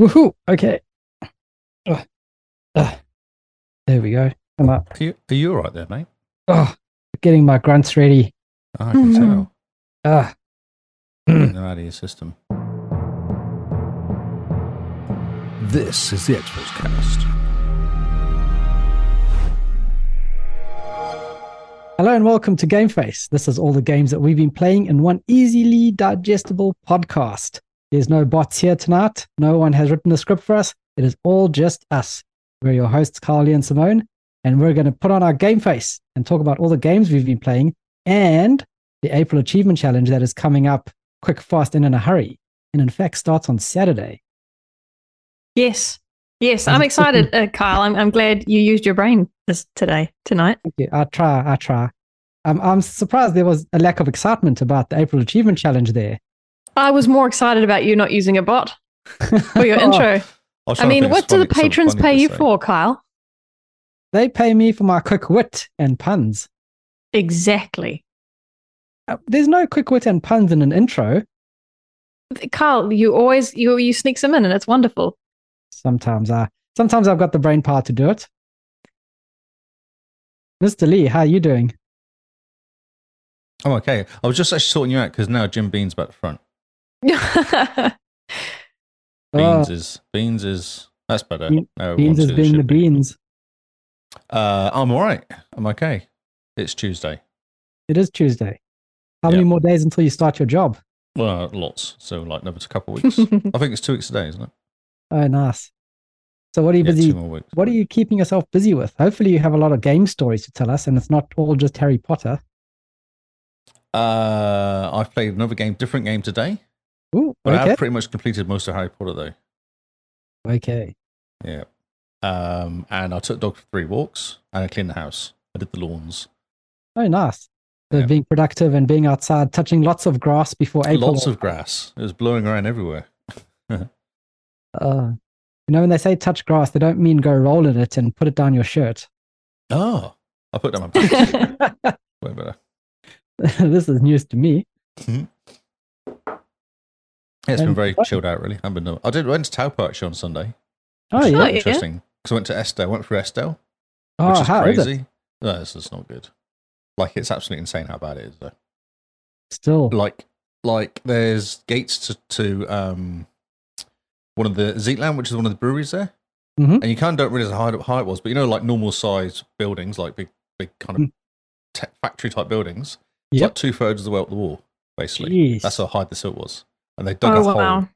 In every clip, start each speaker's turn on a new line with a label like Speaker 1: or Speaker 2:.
Speaker 1: Woohoo! Okay. Ugh. Ugh. There we go. I'm up.
Speaker 2: Are you, are you all right there, mate?
Speaker 1: Oh, getting my grunts ready.
Speaker 2: I can
Speaker 3: Mhm.
Speaker 2: tell.
Speaker 1: Ah,
Speaker 2: Getting them out of your system.
Speaker 4: This is the Expos Cast.
Speaker 1: hello and welcome to Game Face. This is all the games that we've been playing in one easily digestible podcast. There's no bots here tonight. No one has written a script for us. It is all just us. We're your hosts, Carly and Simone, and we're going to put on our Game Face and talk about all the games we've been playing and the April Achievement Challenge that is coming up quick, fast, and in a hurry. And in fact, starts on Saturday.
Speaker 3: Yes. Yes, I'm excited, uh, Kyle. I'm, I'm glad you used your brain this today, tonight.
Speaker 1: Thank you. I try. I try. I'm, I'm surprised there was a lack of excitement about the April Achievement Challenge there.
Speaker 3: I was more excited about you not using a bot for
Speaker 2: Oh,
Speaker 3: your intro.
Speaker 2: was
Speaker 3: I
Speaker 2: trying to
Speaker 3: mean,
Speaker 2: think of
Speaker 3: what do the
Speaker 2: something- something
Speaker 3: patrons
Speaker 2: funny
Speaker 3: pay
Speaker 2: to
Speaker 3: you
Speaker 2: say.
Speaker 3: for, Kyle?
Speaker 1: They pay me for my quick wit and puns.
Speaker 3: Exactly.
Speaker 1: Uh, There's no quick wit and puns in an intro.
Speaker 3: Kyle, you always you you sneak them in and it's wonderful.
Speaker 1: Sometimes I, sometimes I've got the brain power to do it. Mr. Lee, how are you doing?
Speaker 2: I'm okay. I was just actually sorting you out because now Jim Bean's back front. Beans
Speaker 1: Oh,
Speaker 2: is beans is that's better.
Speaker 1: Bean-
Speaker 2: No,
Speaker 1: beans
Speaker 2: one,
Speaker 1: is
Speaker 2: two,
Speaker 1: being
Speaker 2: should
Speaker 1: the
Speaker 2: be.
Speaker 1: beans.
Speaker 2: Uh, I'm all right. I'm okay. It's Tuesday.
Speaker 1: It is Tuesday. How many
Speaker 2: Yeah.
Speaker 1: more days until you start your job?
Speaker 2: Well, lots. So like another couple of weeks. I think it's two weeks today, isn't it?
Speaker 1: Oh, nice. So what are you
Speaker 2: Yeah,
Speaker 1: busy
Speaker 2: two more weeks.
Speaker 1: what are you keeping yourself busy with? Hopefully, you have a lot of game stories to tell us, and it's not all just Harry Potter.
Speaker 2: Uh, I've played another game, different game today.
Speaker 1: Ooh,
Speaker 2: But
Speaker 1: okay,
Speaker 2: I've pretty much completed most of Harry Potter though.
Speaker 1: okay.
Speaker 2: Yeah. Um, and I took dog for three walks and I cleaned the house. I did the lawns.
Speaker 1: Oh, nice. So
Speaker 2: Yeah.
Speaker 1: being productive and being outside, touching lots of grass before April.
Speaker 2: Lots of grass. It was blowing around everywhere.
Speaker 1: Uh, you know, when they say touch grass, they don't mean go roll in it and put it down your shirt.
Speaker 2: Oh, I put down my pants. Way better.
Speaker 1: this is news to me.
Speaker 2: Yeah, it's
Speaker 1: Um,
Speaker 2: been very
Speaker 1: fun.
Speaker 2: chilled out, really. I haven't been. doing- I did went to Tower Park actually on Sunday.
Speaker 1: Oh
Speaker 2: which is
Speaker 1: yeah.
Speaker 3: nice.
Speaker 2: quite interesting. Because I went to Estelle. I went through Estelle,
Speaker 1: Oh,
Speaker 2: which is
Speaker 1: how is
Speaker 2: crazy.
Speaker 1: it?
Speaker 2: No, it's, it's not good. Like it's absolutely insane how bad it is. Though.
Speaker 1: Still.
Speaker 2: Like, like there's gates to to um one of the Zeatland, which is one of the breweries there,
Speaker 1: Mhm.
Speaker 2: and you kind of don't realize how high, how high it was. But you know, like normal size buildings, like big big kind of
Speaker 1: Mm.
Speaker 2: te- factory type buildings, it's
Speaker 1: Yep.
Speaker 2: like two thirds of the way up the wall, basically.
Speaker 1: Jeez.
Speaker 2: That's how high the silt was, and they dug a
Speaker 3: oh
Speaker 2: hole
Speaker 3: wow.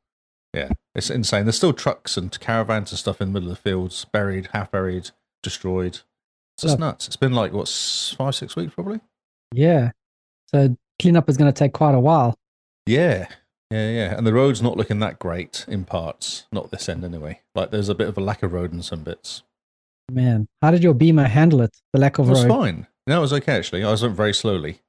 Speaker 2: yeah, it's insane. There's still trucks and caravans and stuff in the middle of the fields, buried, half buried, destroyed. It's just
Speaker 1: Oh.
Speaker 2: nuts. It's been like what s- five, six weeks probably.
Speaker 1: Yeah. So cleanup is going to take quite a while.
Speaker 2: Yeah, yeah, yeah. And the road's not looking that great in parts. Not this end anyway. Like there's a bit of a lack of road in some bits.
Speaker 1: Man, how did your beamer handle it? The lack
Speaker 2: It
Speaker 1: of
Speaker 2: was
Speaker 1: road.
Speaker 2: fine. No, it was okay actually. I was went very slowly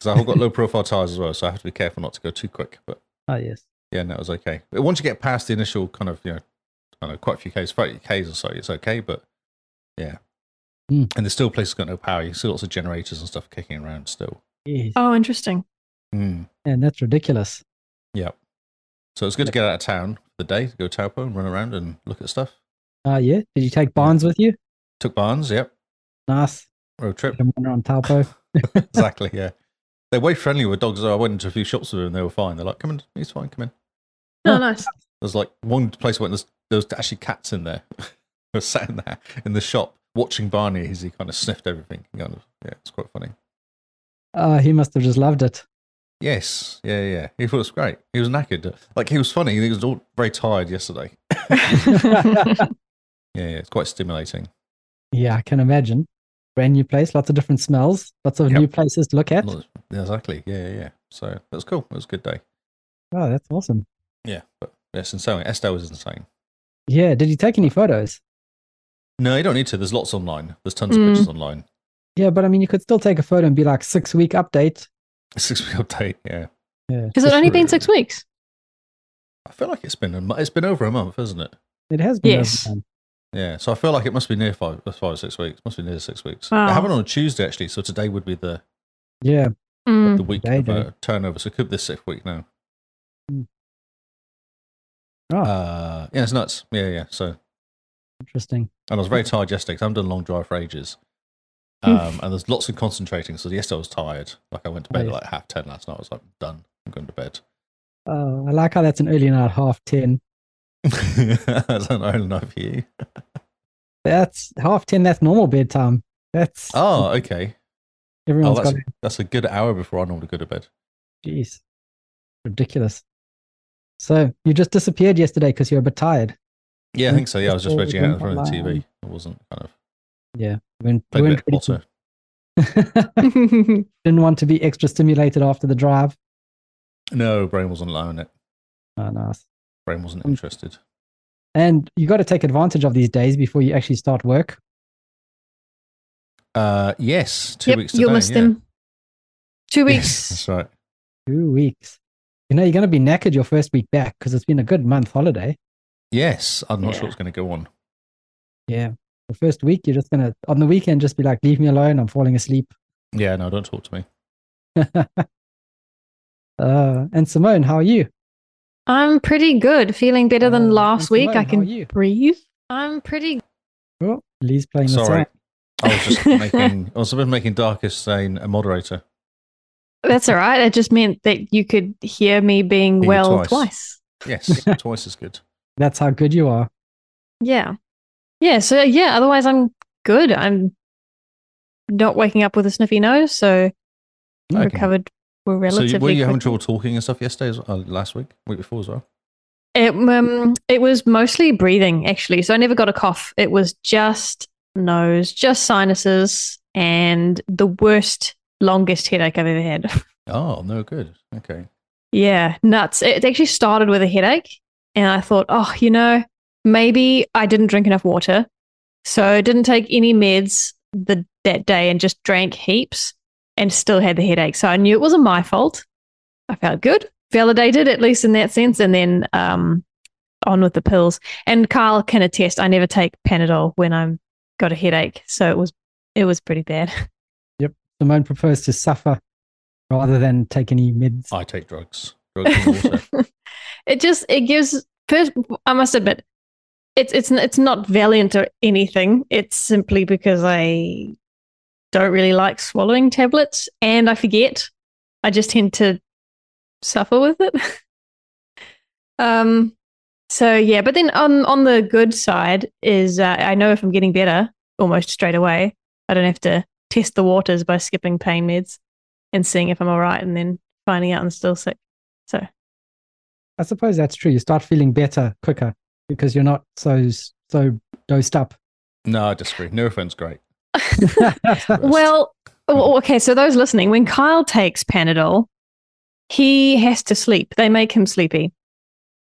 Speaker 2: because I've got low profile tires as well, so I have to be careful not to go too quick. But
Speaker 1: Oh yes.
Speaker 2: yeah, no, it was okay. But once you get past the initial kind of, you know, I don't know, quite a few Ks, 30 Ks or so, it's okay, but yeah.
Speaker 1: Hmm.
Speaker 2: And there's still places got no power. You see lots of generators and stuff kicking around still.
Speaker 1: Jeez.
Speaker 3: Oh interesting.
Speaker 2: Mm.
Speaker 1: And that's ridiculous.
Speaker 2: Yeah. So it's good to get out of town for the day, to go to Taupo and run around and look at stuff.
Speaker 1: Ah, yeah. Did you take Barnes with you?
Speaker 2: Took Barnes, yep.
Speaker 1: Nice.
Speaker 2: Road trip.
Speaker 1: Come on around Taupo.
Speaker 2: exactly, yeah. They're way friendlier with dogs. though. I went into a few shops with them and they were fine. They're like, come in, he's fine, come in.
Speaker 3: Oh nice.
Speaker 2: There's like one place where there's, there was actually cats in there. I was sat in there in the shop watching Barney as he kind of sniffed everything. Kind of, yeah, it's quite funny.
Speaker 1: Ah, he must have just loved it.
Speaker 2: Yes, yeah, yeah. He thought it was great. He was knackered. Like he was funny. He was all very tired yesterday. Yeah, yeah. It's quite stimulating.
Speaker 1: yeah, I can imagine. Brand new place, lots of different smells, lots of
Speaker 2: Yep.
Speaker 1: new places to look at.
Speaker 2: Lots- yeah, exactly. Yeah, yeah, yeah. So that was cool. It was a good day.
Speaker 1: Oh, that's awesome.
Speaker 2: Yeah, but yes, insane. Estelle was insane.
Speaker 1: Yeah. Did you take any photos?
Speaker 2: No, you don't need to. There's lots online. There's tons of
Speaker 3: Mm.
Speaker 2: pictures online.
Speaker 1: Yeah, but I mean, you could still take a photo and be like six week update.
Speaker 2: Six week update. Yeah,
Speaker 1: Yeah.
Speaker 3: Has it only been six weeks?
Speaker 2: I feel like it's been a, mo- it's been over a month, isn't it?
Speaker 1: It has been.
Speaker 3: Yes.
Speaker 1: overtime.
Speaker 2: Yeah, so I feel like it must be near five, uh, five or six weeks. Must be near six weeks.
Speaker 3: Wow.
Speaker 2: I have it on a Tuesday actually, so today would be the,
Speaker 1: Yeah.
Speaker 3: Mm.
Speaker 2: the week
Speaker 1: Today, Hmm.
Speaker 2: of
Speaker 1: day.
Speaker 2: uh, turnover. So it could be the sixth week now.
Speaker 1: Oh.
Speaker 2: Uh, yeah, it's nuts. Yeah, yeah. So, and
Speaker 1: Interesting.
Speaker 2: I was very tired yesterday 'cause I haven't done a long drive for ages.
Speaker 3: Hmm.
Speaker 2: Um, and there's lots of concentrating. So yesterday I was tired. Like I went to bed
Speaker 1: Nice.
Speaker 2: at like half ten last night. I was like, done. I'm going to bed.
Speaker 1: Uh, I like how that's an early night, half 10.
Speaker 2: I don't know, I don't know if you.
Speaker 1: That's half 10, that's normal bedtime. That's
Speaker 2: Oh, okay. Oh,
Speaker 1: everyone's
Speaker 2: that's
Speaker 1: got
Speaker 2: a, that's a good hour before I normally go to bed.
Speaker 1: Jeez. Ridiculous. So you just disappeared yesterday because you were a bit tired.
Speaker 2: Yeah, I think so. Yeah, I was just
Speaker 1: Oh,
Speaker 2: reaching out in
Speaker 1: don't
Speaker 2: front of the TV.
Speaker 1: lie.
Speaker 2: I wasn't kind of
Speaker 1: You weren't, you
Speaker 2: playing a
Speaker 1: weren't
Speaker 2: bit of Porto.
Speaker 1: ready to- Didn't want to be extra stimulated after the drive.
Speaker 2: No, Brain wasn't allowing it.
Speaker 1: Oh, nice.
Speaker 2: Brain wasn't
Speaker 1: Um,
Speaker 2: interested.
Speaker 1: And you got to take advantage of these days before you actually start work.
Speaker 2: Uh, yes, two
Speaker 3: yep,
Speaker 2: weeks.
Speaker 3: you'll
Speaker 2: today,
Speaker 3: miss
Speaker 2: yeah.
Speaker 3: them. Two
Speaker 2: Yes,
Speaker 3: weeks.
Speaker 2: that's right.
Speaker 1: Two weeks. You know, you're going to be knackered your first week back because it's been a good month holiday.
Speaker 2: Yes, I'm not sure
Speaker 3: Yeah.
Speaker 2: what's going to go on.
Speaker 1: Yeah. The first week, you're just going to, on the weekend, just be like, leave me alone. I'm falling asleep.
Speaker 2: Yeah, no, don't talk to me.
Speaker 1: Uh, and Simone, how are you?
Speaker 3: I'm pretty good. Feeling better
Speaker 1: Uh,
Speaker 3: than
Speaker 2: Oh,
Speaker 1: and
Speaker 3: last week.
Speaker 1: Simone,
Speaker 3: I
Speaker 1: how
Speaker 3: can
Speaker 1: are you?
Speaker 3: breathe. I'm pretty.
Speaker 1: Oh, Lee's playing the
Speaker 2: Sorry,
Speaker 1: song.
Speaker 2: I was just making. I was supposed to be making Darkest Sane a moderator.
Speaker 3: That's all right. It just meant that you could hear me being
Speaker 2: Hear you
Speaker 3: well
Speaker 2: twice.
Speaker 3: twice.
Speaker 2: Yes, twice as good.
Speaker 1: That's how good you are.
Speaker 3: Yeah. Yeah. So, yeah, otherwise I'm good. I'm not waking up with a sniffy nose. So,
Speaker 2: Okay.
Speaker 3: recovered were
Speaker 2: So,
Speaker 3: relatively.
Speaker 2: you- were you having
Speaker 3: quick.
Speaker 2: trouble talking and stuff yesterday, as, uh, last week, week before as well?
Speaker 3: It, um, it was mostly breathing, actually. So, I never got a cough. It was just nose, just sinuses, and the worst, longest headache I've ever had.
Speaker 2: Oh, no, good. Okay.
Speaker 3: Yeah, nuts. It actually started with a headache. And I thought, oh, you know, maybe I didn't drink enough water. So I didn't take any meds the, that day and just drank heaps and still had the headache. So I knew it wasn't my fault. I felt good, validated, at least in that sense. And then um, on with the pills. And Carl can attest, I never take Panadol when I'm got a headache. So it was it was pretty bad.
Speaker 1: Simone prefers to suffer rather than take any meds.
Speaker 2: I take drugs. Drugs and water.
Speaker 3: it just it gives first i must admit it's it's it's not valiant or anything it's simply because i don't really like swallowing tablets and i forget i just tend to suffer with it um so yeah but then on on the good side is uh, i know if i'm getting better almost straight away i don't have to test the waters by skipping pain meds and seeing if i'm all right and then finding out i'm still sick
Speaker 1: I suppose that's true. You start feeling better quicker because you're not so so dosed up.
Speaker 2: no, I disagree. Neurofen's great.
Speaker 3: Well, o- okay. So those listening, when Kyle takes Panadol, he has to sleep. They make him sleepy.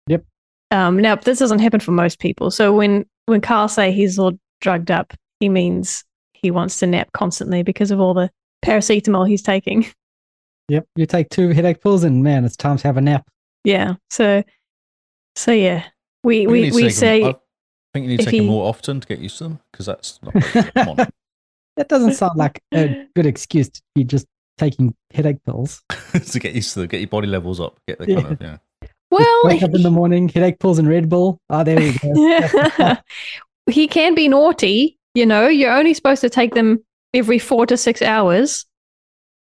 Speaker 1: Yep.
Speaker 3: Um, now this doesn't happen for most people. So when when Kyle say he's all drugged up, he means he wants to nap constantly because of all the paracetamol he's taking.
Speaker 1: yep. You take two headache pills and man, it's time to have a nap.
Speaker 3: Yeah. So so yeah, we
Speaker 2: You
Speaker 3: we,
Speaker 2: need to
Speaker 3: we
Speaker 2: take 'em-
Speaker 3: say
Speaker 2: I think you need to
Speaker 3: if
Speaker 2: take them
Speaker 3: he-
Speaker 2: more often to get used to them because that's not very good. Come on.
Speaker 1: That doesn't sound like a good excuse to be just taking headache pills.
Speaker 2: to get used to them, get your body levels up, get the
Speaker 1: Yeah.
Speaker 2: kind of yeah.
Speaker 1: Just
Speaker 3: well.
Speaker 1: wake up in the morning, headache pills and Red Bull. Oh, there we go. That's the stuff.
Speaker 3: he can be naughty, you know. You're only supposed to take them every four to six hours,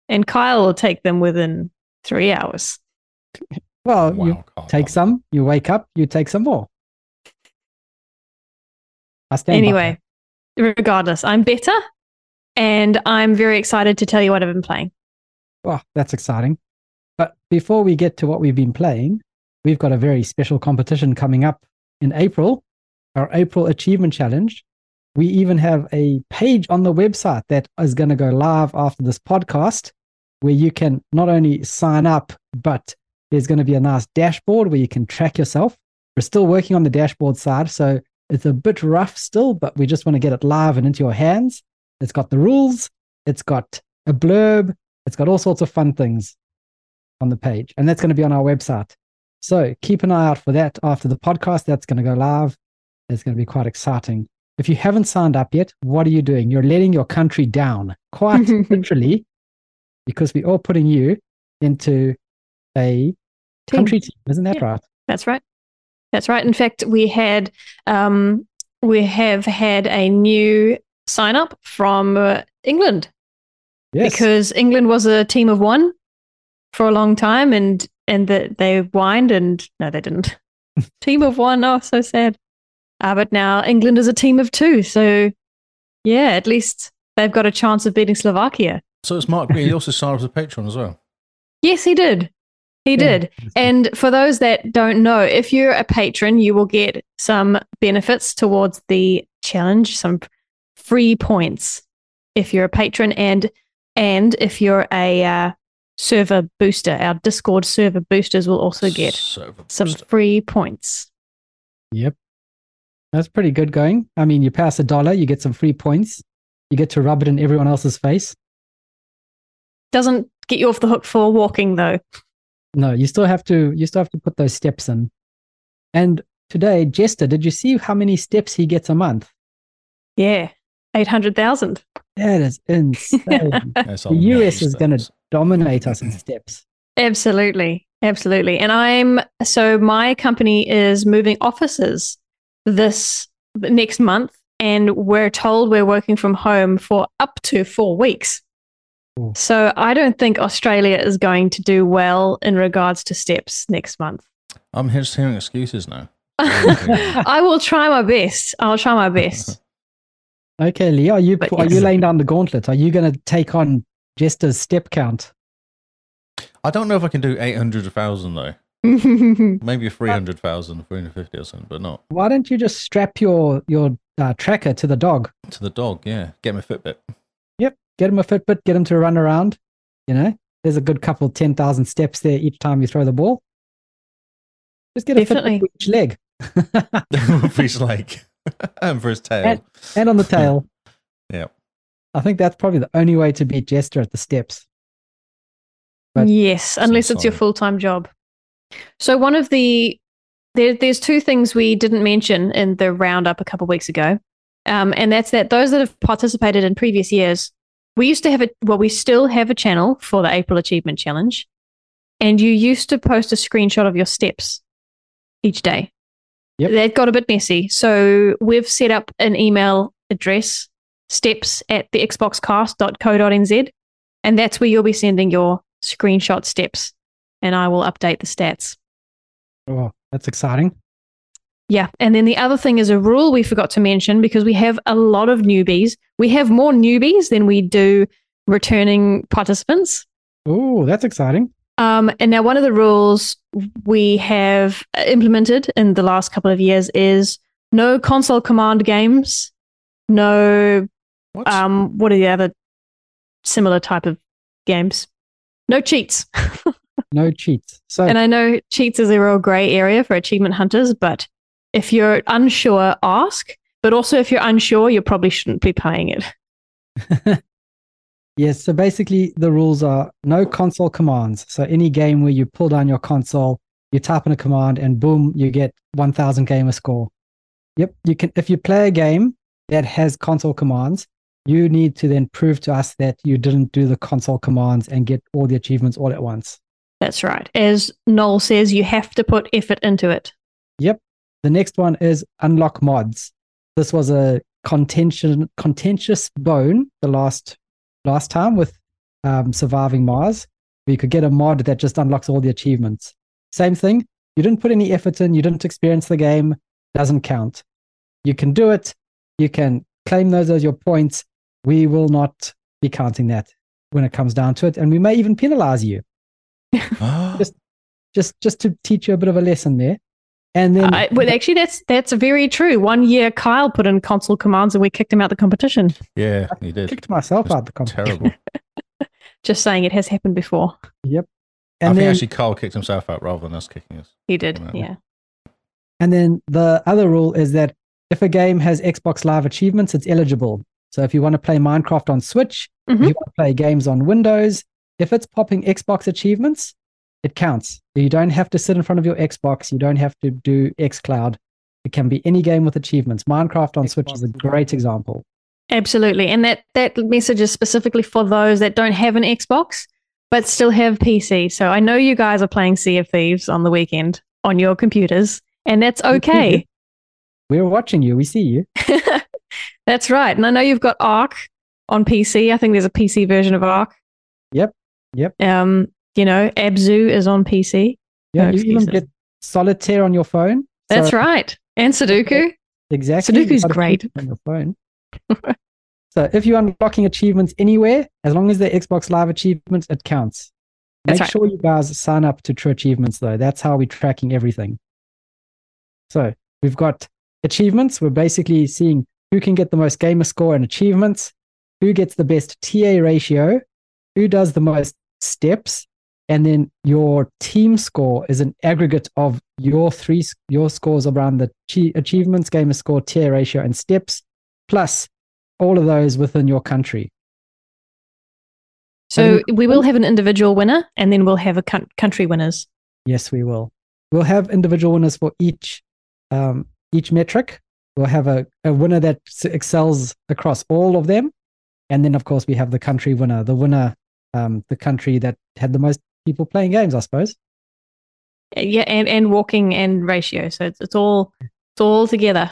Speaker 3: and Kyle will take them within three hours.
Speaker 1: well, you
Speaker 2: Carl.
Speaker 1: take some, you wake up, you take some more. I stand by
Speaker 3: anyway, regardless, I'm better, and I'm very excited to tell you what I've been playing.
Speaker 1: Well, that's exciting. But before we get to what we've been playing, we've got a very special competition coming up in April, our April Achievement Challenge. We even have a page on the website that is going to go live after this podcast where you can not only sign up, but there's going to be a nice dashboard where you can track yourself. We're still working on the dashboard side, so it's a bit rough still, but we just want to get it live and into your hands. It's got the rules, it's got a blurb, it's got all sorts of fun things on the page, and that's going to be on our website. So keep an eye out for that after the podcast. That's going to go live. It's going to be quite exciting. If you haven't signed up yet, what are you doing? You're letting your country down, quite literally, because we're all putting you into a country team. Isn't that
Speaker 3: Yeah.
Speaker 1: right?
Speaker 3: That's right. That's right. In fact, we had um, we have had a new sign up from uh, England
Speaker 1: Yes.
Speaker 3: because England was a team of one for a long time, and and that they whined and no, they didn't. team of one, oh, so sad. Uh, but now England is a team of two, so yeah, at least they've got a chance of beating Slovakia.
Speaker 2: So it's Mark He also signed up as a patron as well.
Speaker 3: Yes, he did. He
Speaker 1: Yeah.
Speaker 3: did. And for those that don't know, if you're a patron, you will get some benefits towards the challenge, some free points if you're a patron and and if you're a uh, server booster. Our Discord server boosters will also get
Speaker 2: So-
Speaker 3: some free points.
Speaker 1: Yep. That's pretty good going. I mean, you pass a dollar, you get some free points. You get to rub it in everyone else's face.
Speaker 3: Doesn't get you off the hook for walking though.
Speaker 1: No, you still have to you still have to put those steps in. And today, Jester, did you see how many steps he gets a month?
Speaker 3: Yeah. 800,000.
Speaker 1: That is insane.
Speaker 2: That's
Speaker 1: the US is
Speaker 2: amazing.
Speaker 1: going to dominate us in steps.
Speaker 3: Absolutely. Absolutely. And I'm so my company is moving offices this next month and we're told we're working from home for up to 4 weeks.
Speaker 1: Ooh.
Speaker 3: So I don't think Australia is going to do well in regards to steps next month.
Speaker 2: I'm just hearing excuses now.
Speaker 3: I will try my best. I'll try my best.
Speaker 1: Okay, Lee, are you
Speaker 3: But
Speaker 1: are you
Speaker 3: yes.
Speaker 1: laying down the gauntlet? Are you going to take on Jester's step count?
Speaker 2: I don't know if I can do 800,000 though.
Speaker 3: yeah,
Speaker 2: Maybe 300,000, 350 or something, but not
Speaker 1: Why don't you just strap your your uh, tracker to the dog?
Speaker 2: to the dog. Yeah. Get my Fitbit.
Speaker 1: Get him a Fitbit, get him to run around. You know, there's a good couple ten thousand steps there each time you throw the ball. Just get a
Speaker 3: Definitely.
Speaker 1: Fitbit for each leg
Speaker 2: for his leg and for his tail.
Speaker 1: And- and on the tail.
Speaker 2: Yeah.
Speaker 1: I think that's probably the only way to beat Jester at the steps. But-
Speaker 3: yes, unless it's your
Speaker 2: Solid.
Speaker 3: full time job. So one of the there, there's two things we didn't mention in the roundup a couple weeks ago, um, and that's that those that have participated in previous years, we used to have a well, we still have a channel for the April Achievement Challenge, and you used to post a screenshot of your steps each day.
Speaker 1: Yep.
Speaker 3: That got a bit messy, so we've set up an email address steps at the xboxcast.co.nz and that's where you'll be sending your screenshot steps and I will update the stats.
Speaker 1: Oh, that's exciting.
Speaker 3: Yeah. And then the other thing is a rule we forgot to mention because we have a lot of newbies. We have more newbies than we do returning participants.
Speaker 1: Oh, that's exciting.
Speaker 3: Um, and now, one of the rules we have implemented in the last couple of years is no console command games, no
Speaker 2: What?
Speaker 3: um, what are the other similar type of games? No cheats.
Speaker 1: No cheats. So
Speaker 3: And I know cheats is a real grey area for achievement hunters, but if you're unsure, ask. But also, if you're unsure, you probably shouldn't be paying it.
Speaker 1: Yes, so basically the rules are no console commands. So any game where you pull down your console, you type in a command and boom, you get 1000 gamer score. Yep, you can if you play a game that has console commands, you need to then prove to us that you didn't do the console commands and get all the achievements all at once.
Speaker 3: That's right. As Noel says, you have to put effort into it.
Speaker 1: The next one is unlock mods. This was a contention contentious bone the last last time with um, surviving Mars. where You could get a mod that just unlocks all the achievements. Same thing. You didn't put any effort in. You didn't experience the game. Doesn't count. You can do it. You can claim those as your points. We will not be counting that when it comes down to it, and we may even penalize you Just- just just to teach you a bit of a lesson there. And then
Speaker 3: I, well, actually, that's that's very true. One year, Kyle put in console commands, and we kicked him out the competition.
Speaker 2: yeah, he
Speaker 1: I
Speaker 2: did.
Speaker 1: kicked myself out the competition.
Speaker 2: Terrible.
Speaker 3: Just saying, it has happened before.
Speaker 2: I
Speaker 1: And
Speaker 2: think
Speaker 1: then,
Speaker 2: actually Carl kicked himself out rather than us kicking us.
Speaker 3: He did.
Speaker 2: Wow.
Speaker 3: Yeah.
Speaker 1: And then the other rule is that if a game has Xbox Live achievements, it's eligible. So if you want to play Minecraft on Switch, if
Speaker 3: Mhm.
Speaker 1: you want to play games on Windows, if it's popping Xbox achievements, it counts. You don't have to sit in front of your Xbox. You don't have to do xCloud. It can be any game with achievements. Minecraft on Switch is a great example.
Speaker 3: Absolutely. And that, that message is specifically for those that don't have an Xbox, but still have PC. So I know you guys are playing Sea of Thieves on the weekend on your computers and that's
Speaker 1: Mm-hmm.
Speaker 3: okay.
Speaker 1: We're watching you. We see you.
Speaker 3: that's right. And I know you've got Arc on PC. I think there's a PC version of Arc.
Speaker 1: Yep. Yep.
Speaker 3: Um, you know, Abzu is on PC.
Speaker 1: Yeah,
Speaker 3: No
Speaker 1: you even
Speaker 3: excuses.
Speaker 1: get solitaire on your phone.
Speaker 3: That's
Speaker 1: So-
Speaker 3: right. And Sudoku.
Speaker 1: Exactly. you
Speaker 3: Sudoku's
Speaker 1: gotta keep
Speaker 3: great.
Speaker 1: it on your phone. so if you're unlocking achievements anywhere, as long as they're Xbox Live achievements, it counts.
Speaker 3: That's
Speaker 1: Make
Speaker 3: right.
Speaker 1: sure you guys sign up to True Achievements though. That's how we're tracking everything. So we've got achievements. We're basically seeing who can get the most gamer score and achievements, who gets the best TA ratio, who does the most steps, and then your team score is an aggregate of your three s- your scores around the chi- achievements, gamer score, tier ratio, and steps, plus all of those within your country.
Speaker 3: So we will have an individual winner and then we'll have a coun- country winners.
Speaker 1: Yes, we will. We'll have individual winners for each um, each metric. We'll have a, a winner that s- excels across all of them, and then of course we have the country winner, the winner, um, the country that had the most people playing games, I suppose.
Speaker 3: Yeah, and, and walking and ratio. So it's, it's all it's all together.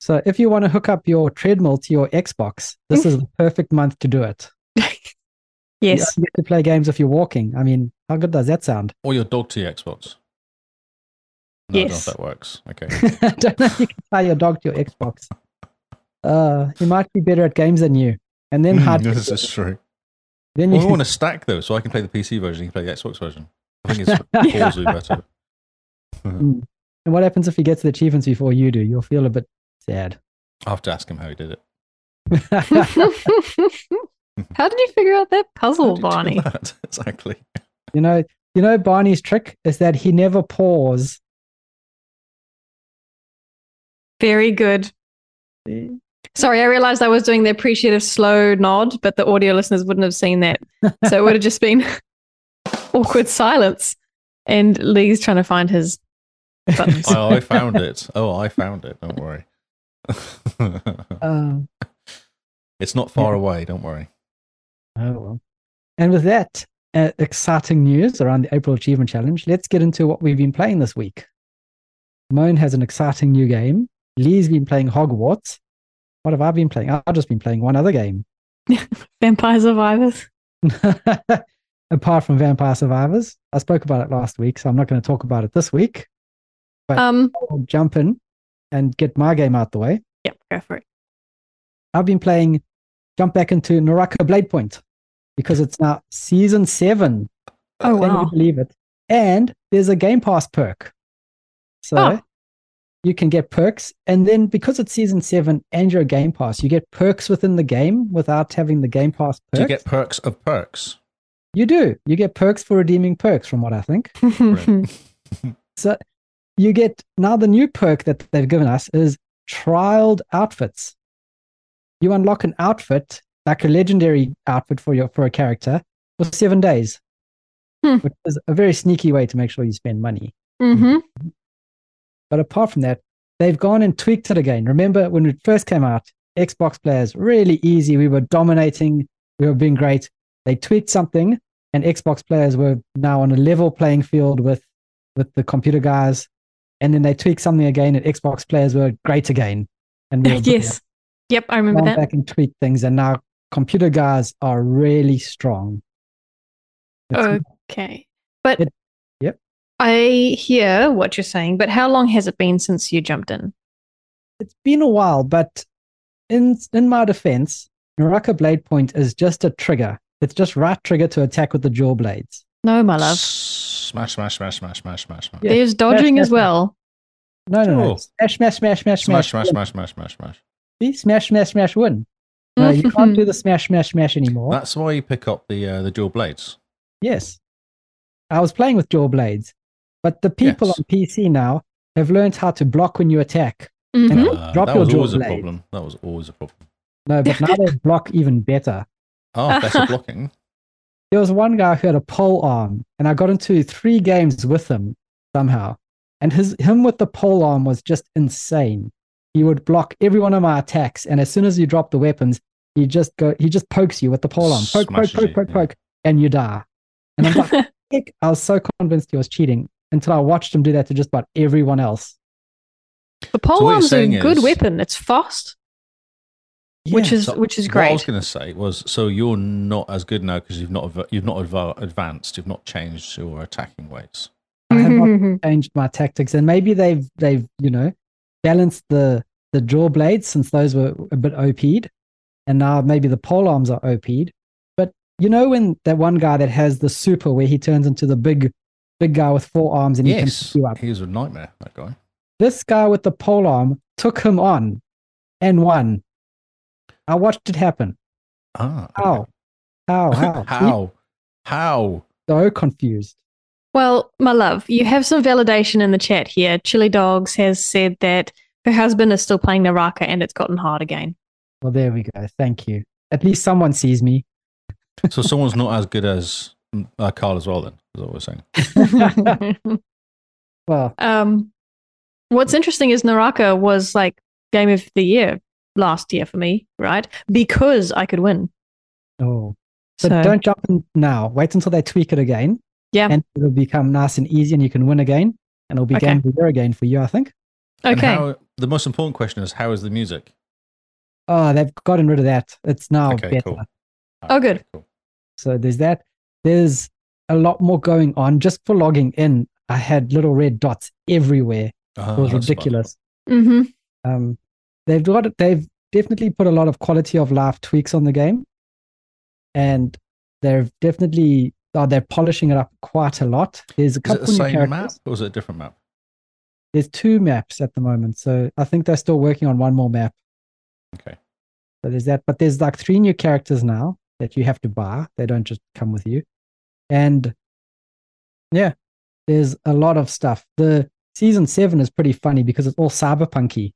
Speaker 1: So if you want to hook up your treadmill to your Xbox, this is the perfect month to do it. You
Speaker 3: Yes.
Speaker 1: only get to play games if you're walking. I mean, how good does that sound?
Speaker 2: Or your dog to your Xbox. No, I don't know
Speaker 3: Yes.
Speaker 2: if that works. Okay.
Speaker 1: I don't know if you can tie your dog to your Xbox. Uh, you might be better at games than you. And then hard.
Speaker 2: Mm, this is Oh, true.
Speaker 1: Then you
Speaker 2: Well, I want to stack though, so I can play the PC version, you can play the Xbox version. I think it's Forza better.
Speaker 1: And what happens if he gets the achievements before you do? You'll feel a bit sad.
Speaker 2: I'll have to ask him how he did it.
Speaker 1: you
Speaker 3: How did you figure out that
Speaker 2: How
Speaker 3: puzzle,
Speaker 2: did you do
Speaker 3: Barney?
Speaker 2: that? Exactly.
Speaker 1: know, you know Barney's trick is that he never paws.
Speaker 3: Very good. Sorry, I realized I was doing the appreciative slow nod, but the audio listeners wouldn't have seen that. So it would have just been awkward silence. And Lee's trying to find his buttons.
Speaker 2: Oh, I found it. Oh, I found it. Don't worry.
Speaker 1: Um,
Speaker 2: it's not far away. Don't worry.
Speaker 1: oh well. And with that uh, exciting news around the April Achievement Challenge, let's get into what we've been playing this week. Moan has an exciting new game. Lee's been playing Hogwarts. What have I been playing? I've just been playing one other game,
Speaker 3: Vampire survivors.
Speaker 1: apart from Vampire Survivors. I spoke about it last week, so I'm not going to talk about it this week.
Speaker 3: Um,
Speaker 1: I'll jump in and get my game out the way.
Speaker 3: yep, go for it.
Speaker 1: I've been playing Jump Back into Naraka Blade Point because it's now season seven. Can
Speaker 3: Oh, wow.
Speaker 1: you believe it? And there's a Game Pass perk. So
Speaker 3: Oh.
Speaker 1: you can get perks. And then because it's season seven and you're a Game Pass, you get perks within the game without having the Game Pass perks.
Speaker 2: Do you get perks of perks?
Speaker 1: You do. You get perks for redeeming perks, from what I think.
Speaker 3: Mm-hmm.
Speaker 1: So you get now the new perk that they've given us is trialed outfits. You unlock an outfit, like a legendary outfit for your for a character, for seven days.
Speaker 3: Hmm.
Speaker 1: Which is a very sneaky way to make sure you spend money.
Speaker 3: hmm
Speaker 1: But apart from that, they've gone and tweaked it again. Remember when it first came out, Xbox players, really easy. We were dominating, we were being great. They tweaked something, and Xbox players were now on a level playing field with with the computer guys. And then they tweaked something again, and Xbox players were great again. And we were
Speaker 3: yes. Yep, I remember
Speaker 1: gone
Speaker 3: that.
Speaker 1: back and tweaked things. And now computer guys are really strong. It's-
Speaker 3: Oh, Okay. But
Speaker 1: It- yep.
Speaker 3: I hear what you're saying, but how long has it been since you jumped in?
Speaker 1: it's been a while, but in in my defense, Naraka Blade Point is just a trigger. It's just right trigger to attack with the jaw blades.
Speaker 3: No, my love.
Speaker 2: Smash, smash, smash, smash, smash, smash, smash.
Speaker 1: Yeah.
Speaker 3: There's dodging
Speaker 1: That's-
Speaker 3: as well.
Speaker 1: No, no, no.
Speaker 2: Cool.
Speaker 1: Smash, smash, smash, smash,
Speaker 2: Smash, smash,
Speaker 1: win.
Speaker 2: smash, smash, smash, smash.
Speaker 1: See? Smash, smash, smash, win. No, you can't do the smash, smash, smash anymore.
Speaker 2: That's why you pick up the uh, the dual blades.
Speaker 1: yes. I was playing with jaw blades, but the people
Speaker 2: Yes.
Speaker 1: on PC now have learned how to block when you attack.
Speaker 3: Mhm.
Speaker 2: Uh,
Speaker 1: Mm-hmm. Drop
Speaker 2: that
Speaker 1: your
Speaker 2: was
Speaker 1: dual
Speaker 2: always
Speaker 1: blade.
Speaker 2: a problem. That was always a problem.
Speaker 1: No, but now they block even better.
Speaker 2: Oh, better blocking.
Speaker 1: there was one guy who had a pole arm, and I got into three games with him somehow. And his him with the pole arm was just insane. He would block every one of my attacks, and as soon as you drop the weapons, he just go he just pokes you with the pole arm, poke, poke,
Speaker 2: Smashes
Speaker 1: poke,
Speaker 2: you,
Speaker 1: poke,
Speaker 2: yeah.
Speaker 1: poke, and you die.
Speaker 3: Mm-hmm.
Speaker 1: And I'm like, "Heck," I was so convinced he was cheating until I watched him do that to just about everyone else.
Speaker 3: The
Speaker 2: what you're
Speaker 3: polearm's
Speaker 2: saying
Speaker 3: a good
Speaker 2: is-
Speaker 3: weapon. It's fast, which
Speaker 1: Yeah.
Speaker 3: is
Speaker 2: so
Speaker 3: which is
Speaker 2: What I
Speaker 3: great.
Speaker 2: was going to say was, so you're not as good now because you've not adv- you've not adva- advanced, you've not changed your attacking ways.
Speaker 1: I have not
Speaker 3: Mhm.
Speaker 1: changed my tactics, and maybe they've they've you know balanced the the jaw blades since those were a bit op'd, and now maybe the pole arms are op'd. But you know when that one guy that has the super where he turns into the big big guy with four arms and he can
Speaker 2: yes,
Speaker 1: pick you up.
Speaker 2: he was a nightmare. That guy.
Speaker 1: This guy with the pole arm took him on and won. I watched it happen.
Speaker 2: Ah, okay.
Speaker 1: How? How? Oh, How?
Speaker 2: how? How?
Speaker 1: So confused.
Speaker 3: Well, my love, you have some validation in the chat here. Chili Dogs has said that her husband is still playing Naraka and it's gotten hard again.
Speaker 1: Well, there we go. Thank you. At least someone sees me.
Speaker 2: so someone's not as good as mm, uh, Carl as well. Then is what we're saying.
Speaker 1: Well,
Speaker 3: um, what's interesting is Naraka was like game of the year last year for me, right? Because I could win.
Speaker 1: oh.
Speaker 3: So,
Speaker 1: But don't jump in now. Wait until they tweak it again.
Speaker 3: Yeah.
Speaker 1: And it'll become nice and easy and you can win again. And it'll be
Speaker 3: Okay.
Speaker 1: game of the year again for you, I think.
Speaker 2: And
Speaker 3: okay.
Speaker 2: how- the most important question is how is the music?
Speaker 1: Oh, they've gotten rid of that. It's now
Speaker 2: okay,
Speaker 1: better.
Speaker 2: cool.
Speaker 3: Oh, good.
Speaker 2: Okay, cool.
Speaker 1: So there's that. There's a lot more going on. Just for logging in, I had little red dots everywhere.
Speaker 2: Ah,
Speaker 1: It was
Speaker 2: that's smart.
Speaker 1: ridiculous.
Speaker 3: mm-hmm.
Speaker 1: Um, they've got they've definitely put a lot of quality of life tweaks on the game, and they're definitely oh, they're polishing it up quite a lot. There's a
Speaker 2: Is it
Speaker 1: couple
Speaker 2: the
Speaker 1: new
Speaker 2: same
Speaker 1: characters.
Speaker 2: map or is it a different map?
Speaker 1: There's two maps at the moment, so I think they're still working on one more map.
Speaker 2: Okay.
Speaker 1: So there's that, but there's like three new characters now that you have to buy. They don't just come with you, and yeah, there's a lot of stuff. The season seven is pretty funny because it's all cyberpunky.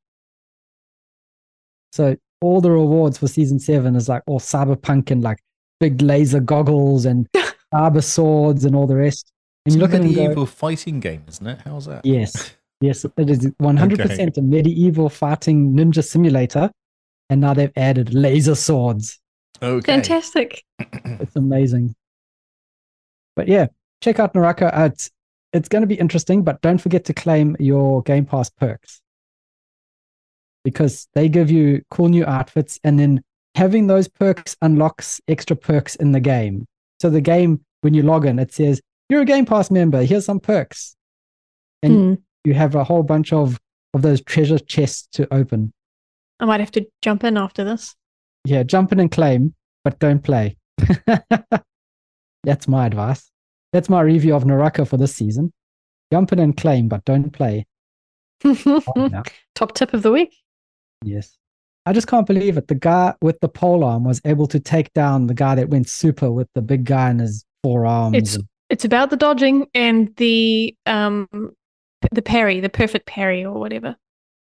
Speaker 1: So all the rewards for season seven is like all cyberpunk and like big laser goggles and cyber swords and all the rest. And
Speaker 2: It's
Speaker 1: you look
Speaker 2: a
Speaker 1: at it and go,
Speaker 2: medieval fighting game, isn't it? How's that?
Speaker 1: Yes. Yes, it is 100%
Speaker 2: Okay.
Speaker 1: a medieval fighting ninja simulator. And now they've added laser swords.
Speaker 2: Okay.
Speaker 3: Fantastic.
Speaker 1: It's amazing. But yeah, check out Naraka. Uh, It's, it's going to be interesting, but don't forget to claim your Game Pass perks because they give you cool new outfits. And then having those perks unlocks extra perks in the game. So the game, when you log in, it says, You're a Game Pass member. Here's some perks. And
Speaker 3: Hmm.
Speaker 1: you have a whole bunch of of those treasure chests to open.
Speaker 3: I might have to jump in after this.
Speaker 1: Yeah, jump in and claim, but don't play. That's my advice. That's my review of Naraka for this season. Jump in and claim, but don't play. Oh, no.
Speaker 3: Top tip of the week.
Speaker 1: yes. I just can't believe it. The guy with the pole arm was able to take down the guy that went super with the big guy in his forearms.
Speaker 3: It's-
Speaker 1: and-
Speaker 3: It's about the dodging and the um p- the parry, the perfect parry or whatever.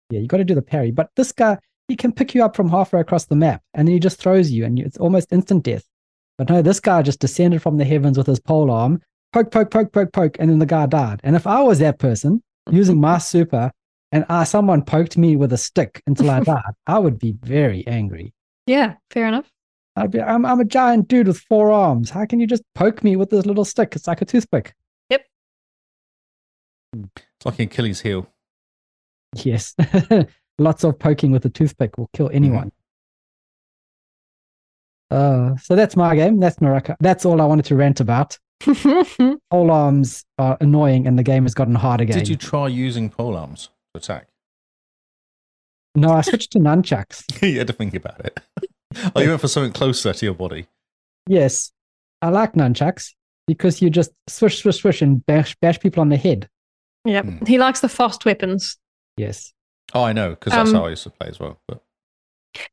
Speaker 1: yeah, you got to do the parry. But this guy, he can pick you up from halfway across the map and he just throws you and you, it's almost instant death. But no, this guy just descended from the heavens with his pole arm, poke, poke, poke, poke, poke, and then the guy died. And if I was that person using my super and uh, someone poked me with a stick until I died, I would be very angry.
Speaker 3: Yeah, fair enough.
Speaker 1: I'd be, I'm, I'm a giant dude with four arms. How can you just poke me with this little stick? It's like a toothpick.
Speaker 2: It's like an Achilles heel.
Speaker 1: Yes. Lots of poking with a toothpick will kill anyone.
Speaker 2: Mm-hmm.
Speaker 1: Uh, so that's my game. That's Naraka. That's all I wanted to rant about. Pole arms are annoying and the game has gotten hard again.
Speaker 2: Did you try using pole arms to attack?
Speaker 1: No, I switched to nunchucks.
Speaker 2: you had to think about it. oh, you went for something closer to your body.
Speaker 1: Yes. I like nunchucks because you just swish, swish, swish and bash, bash people on the head.
Speaker 3: yep.
Speaker 2: Hmm.
Speaker 3: He likes the fast weapons.
Speaker 1: Yes.
Speaker 2: Oh, I know, because that's
Speaker 3: Um,
Speaker 2: how I used to play as well. But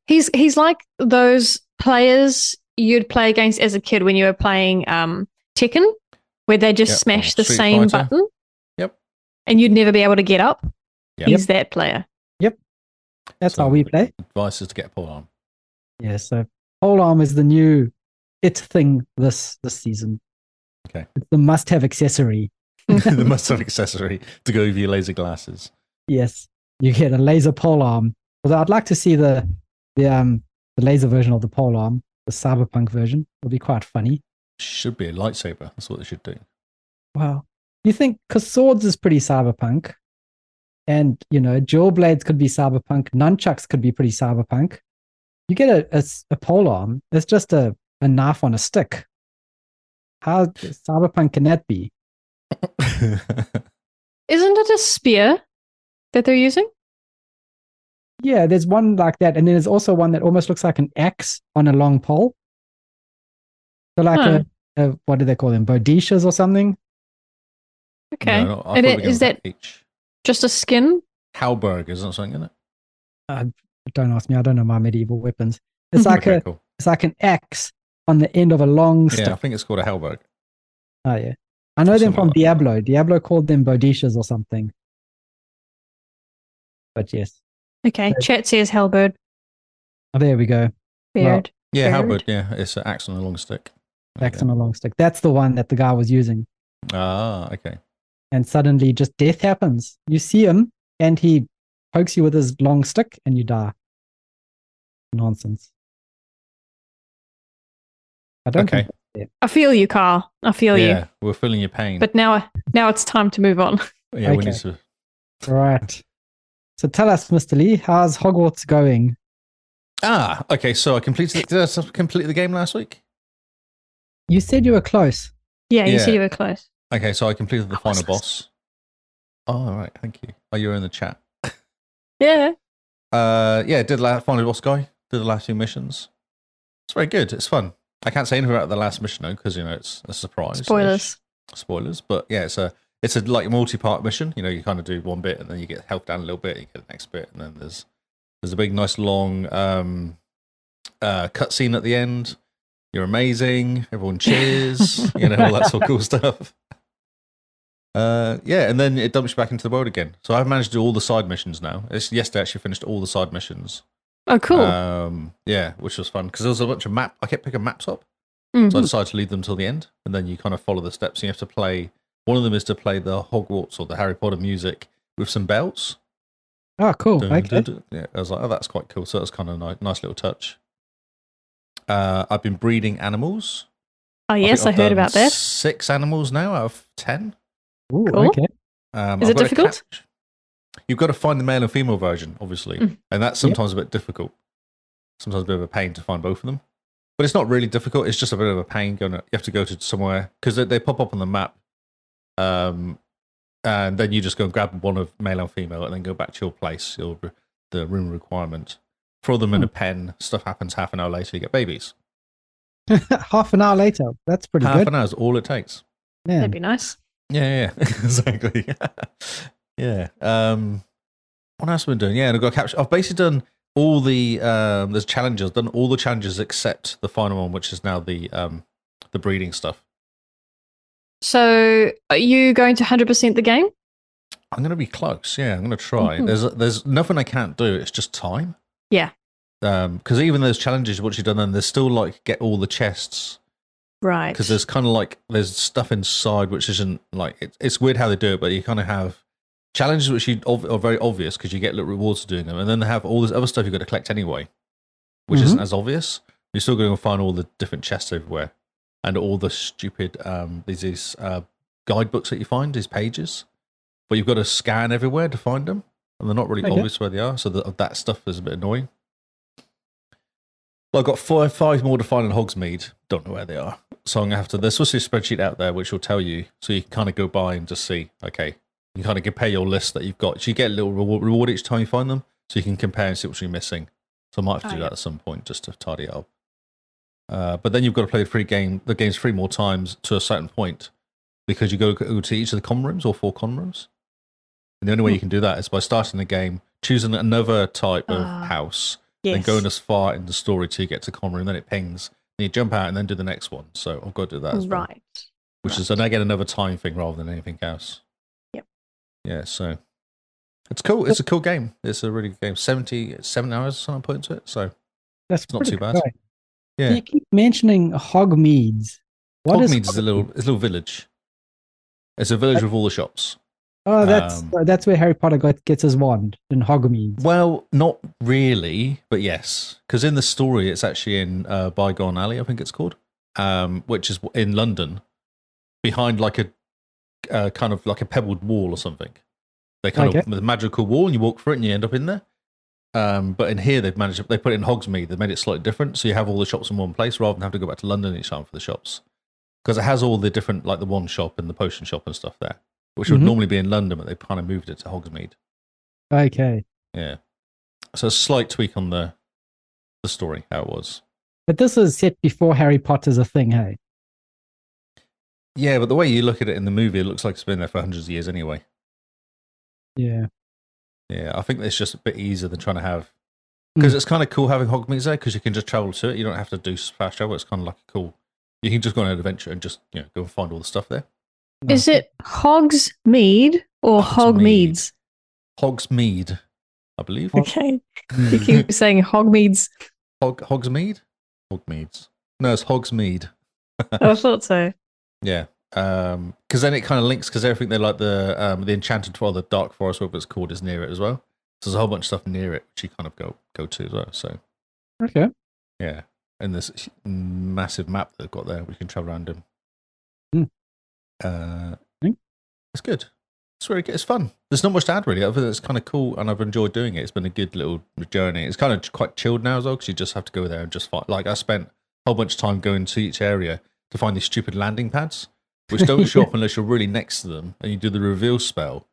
Speaker 3: He's he's like those players you'd play against as a kid when you were playing um Tekken, where they just
Speaker 2: Yep,
Speaker 3: smash
Speaker 2: or
Speaker 3: the
Speaker 2: Street
Speaker 3: same
Speaker 2: Fighter.
Speaker 3: button.
Speaker 2: Yep.
Speaker 3: And you'd never be able to get up.
Speaker 2: Yep.
Speaker 3: He's that player.
Speaker 1: That's
Speaker 2: So
Speaker 1: how we play.
Speaker 2: advice is to get a pole arm.
Speaker 1: Yeah, so pole arm is the new it thing this this season.
Speaker 2: Okay.
Speaker 1: It's the must have accessory.
Speaker 2: the must have accessory to go over your laser glasses.
Speaker 1: Yes, you get a laser pole arm. Although I'd like to see the the um the laser version of the pole arm, the cyberpunk version. It'll be quite funny.
Speaker 2: Should be a lightsaber. That's what they should do.
Speaker 1: Wow, you think because swords is pretty cyberpunk, And, you know, jaw blades could be cyberpunk, nunchucks could be pretty cyberpunk. You get a, a s- a pole arm, it's just a, a knife on a stick. How cyberpunk can that be?
Speaker 3: Isn't it a spear that they're using?
Speaker 1: Yeah, there's one like that. And then there's also one that almost looks like an axe on a long pole. So, like
Speaker 3: Huh.
Speaker 1: a, a, what do they call them? Bodishas or something?
Speaker 3: Okay.
Speaker 2: No, I
Speaker 3: And
Speaker 2: thought
Speaker 3: it-
Speaker 2: we were
Speaker 3: is
Speaker 2: going
Speaker 3: that
Speaker 2: with H.
Speaker 3: just a skin?
Speaker 2: Halberg, isn't it something, isn't it?
Speaker 1: Don't ask me. I don't know my medieval weapons. It's
Speaker 3: Mhm.
Speaker 1: like
Speaker 2: Okay,
Speaker 1: a,
Speaker 2: cool.
Speaker 1: it's like an axe on the end of a long stick.
Speaker 2: Yeah, I think it's called a Halberg.
Speaker 1: Oh yeah, I know them
Speaker 2: Something
Speaker 1: from
Speaker 2: like that.
Speaker 1: Diablo. Diablo called them Bodishas or something. But yes,
Speaker 3: Okay. Chat says halberd.
Speaker 1: oh, there we go.
Speaker 3: Beard.
Speaker 2: Yeah,
Speaker 3: Bird.
Speaker 2: halberd. Yeah, it's an axe on a long stick.
Speaker 1: Axe on a long stick. That's the one that the guy was using.
Speaker 2: Ah, okay.
Speaker 1: And suddenly, just death happens. You see him, and he pokes you with his long stick, and you die. Nonsense. I don't.
Speaker 2: Okay.
Speaker 1: think-
Speaker 3: I feel you, Carl. I feel you.
Speaker 2: Yeah, we're feeling your pain.
Speaker 3: But now, now it's time to move on.
Speaker 2: yeah, we
Speaker 1: okay.
Speaker 2: need to.
Speaker 1: right. So tell us, Mister Lee, how's Hogwarts going?
Speaker 2: Ah, okay. So I completed. Did I complete the game last week?
Speaker 1: You said you were close.
Speaker 3: Yeah, you
Speaker 2: Yeah.
Speaker 3: said you were close.
Speaker 2: Okay, so I completed the
Speaker 3: How was
Speaker 2: final
Speaker 3: this?
Speaker 2: boss. Oh, all right. Thank you. Oh, you were in the chat.
Speaker 3: Yeah.
Speaker 2: Uh, yeah, did la- final boss guy. Did the last few missions. It's very good. It's fun. I can't say anything about the last mission though, because you know it's a surprise.
Speaker 3: Spoilers.
Speaker 2: Spoilers. But yeah, it's a it's a like multi-part mission. You know, you kind of do one bit, and then you get helped down a little bit. You get the next bit, and then there's there's a big, nice, long um, uh, cutscene at the end. You're amazing. Everyone cheers. you know, all that sort of cool stuff. Uh, yeah, and then it dumps you back into the world again. So I've managed to do all the side missions now. It's, yesterday, I actually finished all the side missions.
Speaker 3: Oh, cool.
Speaker 2: Um, yeah, which was fun because there was a bunch of map. I kept picking maps up,
Speaker 3: Mm.
Speaker 2: so I decided to leave them till the end, and then you kind of follow the steps. And you have to play. One of them is to play the Hogwarts or the Harry Potter music with some bells.
Speaker 1: Oh, cool.
Speaker 2: Dun,
Speaker 1: okay.
Speaker 2: dun, dun. Yeah, I was like, oh, that's quite cool. So that's kind of a nice, nice little touch. Uh, I've been breeding animals.
Speaker 3: oh,
Speaker 2: think
Speaker 3: yes, I
Speaker 2: I've
Speaker 3: heard
Speaker 2: done
Speaker 3: about that.
Speaker 2: Six animals now out of ten.
Speaker 1: Ooh,
Speaker 3: Cool.
Speaker 1: Okay.
Speaker 2: Um,
Speaker 3: Is
Speaker 2: I've
Speaker 3: it
Speaker 2: got a
Speaker 3: difficult?
Speaker 2: cat- You've got to find the male and female version, obviously,
Speaker 3: Mm.
Speaker 2: and that's
Speaker 1: Yep.
Speaker 2: sometimes a bit difficult. Sometimes a bit of a pain to find both of them, but it's not really difficult. It's just a bit of a pain going. To, you have to go to somewhere because they, they pop up on the map, um, and then you just go and grab one of male and female, and then go back to your place, your the room requirement. Throw them
Speaker 3: Hmm.
Speaker 2: in a pen. Stuff happens half an hour later. You get babies.
Speaker 1: Half an hour later. That's pretty
Speaker 2: half
Speaker 1: good.
Speaker 2: an hour is all it takes.
Speaker 1: Man.
Speaker 3: That'd be nice.
Speaker 2: Yeah, yeah, exactly. yeah. Um, what else have I been doing? Yeah, and I've got capture. I've basically done all the um, there's challenges. Done all the challenges except the final one, which is now the um, the breeding stuff.
Speaker 3: So, are you going to 100% the game?
Speaker 2: I'm gonna be close. Yeah, I'm gonna try.
Speaker 3: Mhm.
Speaker 2: There's there's nothing I can't do. It's just time.
Speaker 3: Yeah.
Speaker 2: Um, because even those challenges which you've done, then there's still like get all the chests
Speaker 3: Right.
Speaker 2: because there's kind of like there's stuff inside which isn't like it, it's weird how they do it, but you kind of have challenges which you ob- are very obvious because you get little rewards for doing them, and then they have all this other stuff you've got to collect anyway, which isn't as obvious. You're still going to find all the different chests everywhere, and all the stupid um, these these uh, guidebooks that you find these pages, but you've got to scan everywhere to find them, and they're not really
Speaker 1: Okay.
Speaker 2: obvious where they are. So that that stuff is a bit annoying. Well, I've got four, five more to find in Hogsmeade. Don't know where they are. So I'm going to have to. There's also a spreadsheet out there which will tell you. So you can kind of go by and just see, okay, you kind of compare your list that you've got. So you get a little reward, reward each time you find them. So you can compare and see what you're missing. So I might have to
Speaker 3: Oh,
Speaker 2: do
Speaker 3: yeah.
Speaker 2: that at some point just to tidy it up. Uh, but then you've got to play the free game, the games three more times to a certain point because you go go to each of the common rooms or four common rooms. And the only
Speaker 3: Hmm.
Speaker 2: way you can do that is by starting the game, choosing another type of
Speaker 3: Ah.
Speaker 2: house,
Speaker 3: yes.
Speaker 2: then going as far in the story till you get to common room, then it pings, then you jump out and then do the next one. So I've got to do that as well
Speaker 3: right.
Speaker 2: which is and I get another time thing rather than anything else.
Speaker 3: Yep.
Speaker 2: Yeah, so it's cool. It's a cool game. It's a really good game. 77 hours, something I put into it. So
Speaker 1: That's
Speaker 2: not
Speaker 1: pretty
Speaker 2: too bad.
Speaker 1: good.
Speaker 2: Yeah.
Speaker 1: You keep mentioning Hogmeads. What is Uh,
Speaker 2: Hogmeads is a little, it's a little village. It's a village with all the shops.
Speaker 1: Oh, that's
Speaker 2: um,
Speaker 1: uh, that's where Harry Potter got, gets his wand in Hogmeads.
Speaker 2: Well, not really, but yes, because in the story, it's actually in uh, Bygone Alley, I think it's called, um, which is in London, behind like a uh, kind of like a pebbled wall or something. They kind
Speaker 1: Okay.
Speaker 2: of the magical wall, and you walk through it, and you end up in there. Um, but in here, they've managed to, they put it in Hogsmeade. They made it slightly different, so you have all the shops in one place rather than have to go back to London each time for the shops, because it has all the different like the one shop and the potion shop and stuff there, which would
Speaker 1: Mhm.
Speaker 2: normally be in London, but they kind of moved it to Hogsmeade.
Speaker 1: Okay.
Speaker 2: Yeah, so a slight tweak on the the story how it was.
Speaker 1: But this is set before Harry Potter's a thing, hey?
Speaker 2: Yeah, but the way you look at it in the movie, it looks like it's been there for hundreds of years anyway.
Speaker 1: Yeah.
Speaker 2: Yeah, I think it's just a bit easier than trying to have because it's kind of cool having Hogmeads there because you can just travel to it. You don't have to do s- fast travel. It's kind of like a cool. You can just go on an adventure and just you know go and find all the stuff there.
Speaker 3: Is it Hogs Mead or
Speaker 2: Hogsmeade.
Speaker 3: Hogmeads?
Speaker 2: Hogsmeade, I believe.
Speaker 3: Okay.
Speaker 2: Hmm.
Speaker 3: You keep saying Hogmeads.
Speaker 2: Hog Hogsmeade, Hogmeads. No, it's Hogsmeade.
Speaker 3: Oh, I thought so.
Speaker 2: Yeah, because then it kind of links because everything they like the um, the Enchanted Forest, the Dark Forest, whatever it's called, is near it as well. So there's a whole bunch of stuff near it which you kind of go go to as well. So
Speaker 1: Okay.
Speaker 2: Yeah, and this h- massive map they've got there, we can travel around them.
Speaker 1: Hmm.
Speaker 2: Uh,
Speaker 1: Hmm.
Speaker 2: it's good. It's very good. It's fun. There's not much to add really, other than it's kind of cool, and I've enjoyed doing it. It's been a good little journey. It's kind of quite chilled now as well, because you just have to go there and just fight. Like I spent a whole bunch of time going to each area to find these stupid landing pads, which don't show up unless you're really next to them and you do the reveal spell.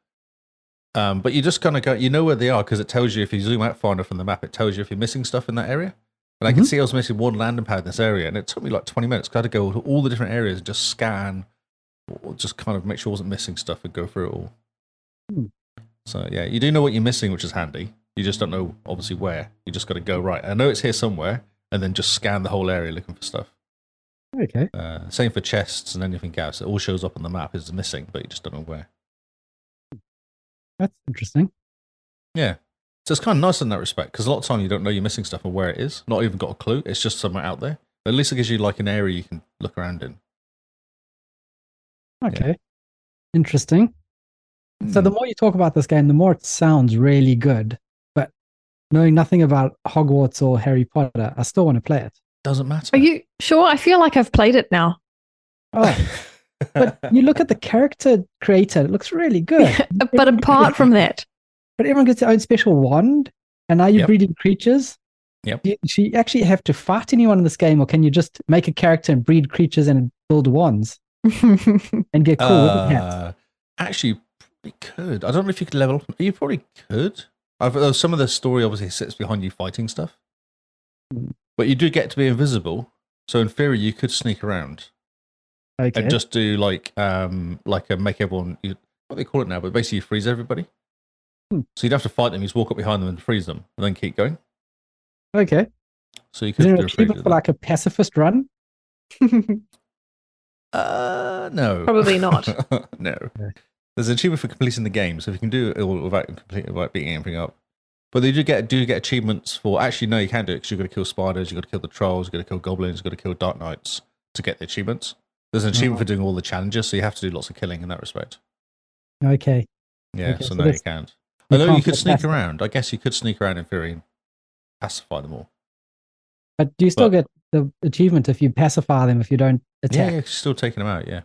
Speaker 2: Um, but you just kind of go, you know where they are because it tells you if you zoom out far enough on the map, it tells you if you're missing stuff in that area. And I can
Speaker 1: Mhm.
Speaker 2: see I was missing one landing pad in this area, and it took me like 20 minutes. 'cause I had to go to all the different areas and just scan, or just kind of make sure I wasn't missing stuff and go through it all.
Speaker 1: Hmm.
Speaker 2: So yeah, you do know what you're missing, which is handy. You just don't know obviously where. You just got to go right. I know it's here somewhere, and then just scan the whole area looking for stuff.
Speaker 1: Okay.
Speaker 2: Uh, same for chests and anything else. It all shows up on the map is missing, but you just don't know where.
Speaker 1: That's interesting.
Speaker 2: Yeah. So it's kind of nice in that respect because a lot of time you don't know you're missing stuff or where it is. Not even got a clue. It's just somewhere out there. But at least it gives you like an area you can look around in.
Speaker 1: Okay. Interesting.
Speaker 2: Hmm.
Speaker 1: So the more you talk about this game, the more it sounds really good. But knowing nothing about Hogwarts or Harry Potter, I still want to play it.
Speaker 2: doesn't matter.
Speaker 3: Are you sure? I feel like I've played it now.
Speaker 1: Oh, but you look at the character creator, it looks really good.
Speaker 3: Uh, but apart from that,
Speaker 1: but everyone gets their own special wand, and are you
Speaker 2: Yep.
Speaker 1: breeding creatures?
Speaker 2: Yep.
Speaker 1: Do you, do you actually have to fight anyone in this game, or can you just make a character and breed creatures and build wands and get cool with hats?
Speaker 2: Uh, actually, you probably could. I don't know if you could level up. You probably could. I've, uh, some of the story obviously sits behind you fighting stuff.
Speaker 1: Hmm.
Speaker 2: But you do get to be invisible. So in theory, you could sneak around.
Speaker 1: Okay.
Speaker 2: and just do like um like a make everyone you, what they call it now, but basically you freeze everybody.
Speaker 1: Hmm.
Speaker 2: So you'd have to fight them. You just walk up behind them and freeze them, and then keep going.
Speaker 1: okay.
Speaker 2: So you
Speaker 1: Is
Speaker 2: could
Speaker 1: there
Speaker 2: do
Speaker 1: a
Speaker 2: a freeze.
Speaker 1: keeper
Speaker 2: with
Speaker 1: for
Speaker 2: that.
Speaker 1: like a pacifist run?
Speaker 2: Uh, no,
Speaker 3: Probably not.
Speaker 2: no,
Speaker 1: No.
Speaker 2: there's an achievement for completing the game, so if you can do it all without completing without beating everything up. But they do get do get achievements for actually no, you can do it because you've got to kill spiders, you've got to kill the trolls, you've got to kill goblins, you've got to kill dark knights to get the achievements. There's an achievement
Speaker 1: Oh.
Speaker 2: for doing all the challenges, so you have to do lots of killing in that respect.
Speaker 1: Okay.
Speaker 2: Yeah,
Speaker 1: Okay,
Speaker 2: so,
Speaker 1: so
Speaker 2: no, you
Speaker 1: that's-
Speaker 2: can't.
Speaker 1: you
Speaker 2: Although you
Speaker 1: can't
Speaker 2: could
Speaker 1: get
Speaker 2: sneak
Speaker 1: past it.
Speaker 2: around. I guess you could sneak around in theory and pacify them all.
Speaker 1: But do you still get
Speaker 2: But-
Speaker 1: the achievement if you pacify them if you don't
Speaker 2: Yeah, yeah,
Speaker 1: attack?
Speaker 2: you're still taking them out. Yeah,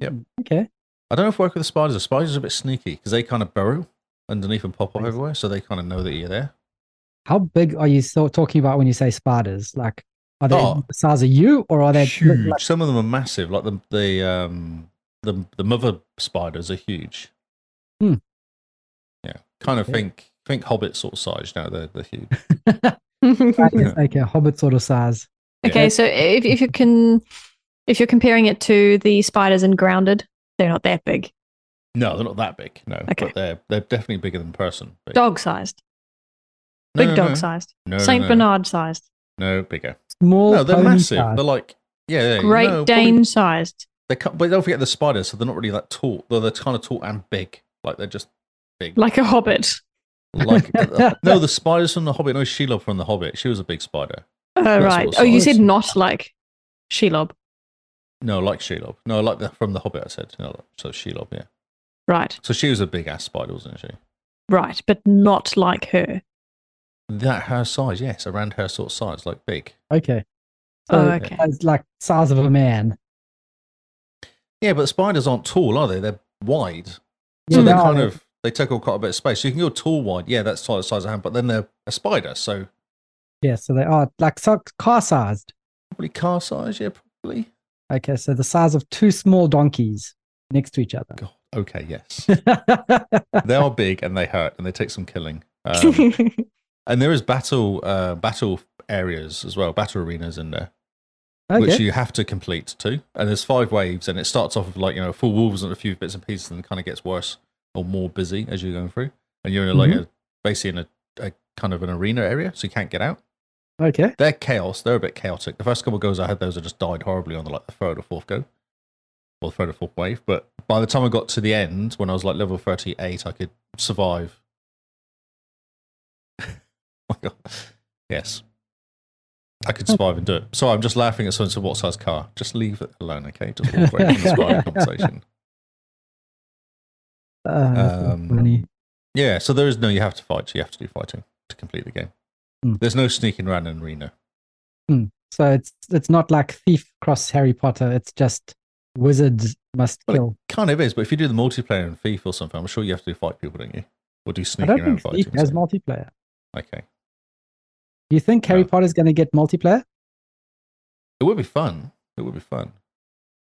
Speaker 2: yep.
Speaker 1: Okay.
Speaker 2: I don't know if work with the spiders. The spiders are a bit sneaky because they kind of burrow underneath and pop up
Speaker 1: Nice.
Speaker 2: everywhere, so they kind of know that you're there.
Speaker 1: How big are you so talking about when you say spiders? Like, are they
Speaker 2: Oh.
Speaker 1: the size of you or are they
Speaker 2: huge. Some of them are massive. Like the the um the the mother spiders are huge.
Speaker 1: Hmm.
Speaker 2: Yeah, kind of
Speaker 1: Okay.
Speaker 2: think think hobbit sort of size. No, they're they're huge.
Speaker 1: spiders like a hobbit sort of size?
Speaker 3: okay, so if, if you can, if you're comparing it to the spiders in Grounded, they're not that big,
Speaker 2: No, they're not that big. No,
Speaker 3: Okay.
Speaker 2: but they're they're definitely bigger than person. But-
Speaker 3: dog sized,
Speaker 2: No,
Speaker 3: big
Speaker 2: no,
Speaker 3: dog
Speaker 2: no.
Speaker 3: sized,
Speaker 2: No, no,
Speaker 3: Saint
Speaker 2: no.
Speaker 3: Bernard sized,
Speaker 2: No, bigger.
Speaker 1: Small.
Speaker 2: No, they're
Speaker 1: pony
Speaker 2: massive.
Speaker 1: size.
Speaker 2: They're like yeah, yeah
Speaker 3: Great
Speaker 2: no, probably-
Speaker 3: Dane sized.
Speaker 2: They can't, but don't forget the spiders, so they're not really that tall. Though they're kind of tall and big, like they're just big.
Speaker 3: Like a hobbit.
Speaker 2: Like uh, no, the spiders from the Hobbit. No, Shelob from the Hobbit. She was a big spider.
Speaker 3: Oh,
Speaker 2: That's
Speaker 3: right.
Speaker 2: what
Speaker 3: Oh, you
Speaker 2: size.
Speaker 3: said not like Shelob.
Speaker 2: No, like Shelob. No, like the, from the Hobbit. I said no. So Shelob, yeah.
Speaker 3: Right,
Speaker 2: So she was a big ass spider, wasn't she?
Speaker 3: right, but not like her.
Speaker 2: That her size, yes, around her sort of size, like big.
Speaker 1: Okay. So
Speaker 3: Oh, okay.
Speaker 1: it's like size of a man.
Speaker 2: Yeah, but spiders aren't tall, are they? They're wide, so
Speaker 1: Yeah,
Speaker 2: they're
Speaker 1: they are.
Speaker 2: kind of they take up quite a bit of space. So you can go tall wide, yeah, that's the size of a hand, but then they're a spider, so
Speaker 1: Yeah, so they are like so car sized.
Speaker 2: probably car size, yeah, probably.
Speaker 1: Okay, so the size of two small donkeys next to each other.
Speaker 2: God, okay, yes, they are big and they hurt and they take some killing. Um, and there is battle uh, battle areas as well, battle arenas in there. which
Speaker 1: okay.
Speaker 2: you have to complete too. And there's five waves, and it starts off with like you know full wolves and a few bits and pieces, and kind of gets worse or more busy as you're going through. And you're in like a, basically in a, a kind of an arena area, so you can't get out.
Speaker 1: okay.
Speaker 2: They're chaos. They're a bit chaotic. The first couple of goes I had, those I just died horribly on the like the third or fourth go, or third or fourth wave. But by the time I got to the end, when I was like level thirty eight, I could survive. oh my god! Yes, I could survive and do it. So I'm just laughing at someone who said, "What size car?" Just leave it alone, okay? Just walk away from the spider conversation.
Speaker 1: Uh, that's not
Speaker 2: Um,
Speaker 1: funny.
Speaker 2: Yeah. So there is no. You have to fight. You have to do fighting to complete the game.
Speaker 1: Hmm.
Speaker 2: There's no sneaking around in arena.
Speaker 1: So it's it's not like Thief cross Harry Potter. It's just wizards must
Speaker 2: Well, it
Speaker 1: kill.
Speaker 2: Kind of is, but if you do the multiplayer in FIFA or something, I'm sure you have to fight people, don't you? Or do
Speaker 1: I
Speaker 2: sneaking
Speaker 1: don't
Speaker 2: around
Speaker 1: think
Speaker 2: fighting?
Speaker 1: Thief has
Speaker 2: so-
Speaker 1: multiplayer.
Speaker 2: okay,
Speaker 1: Do you think Harry
Speaker 2: No.
Speaker 1: Potter's going to get multiplayer?
Speaker 2: it would be fun. It would be fun.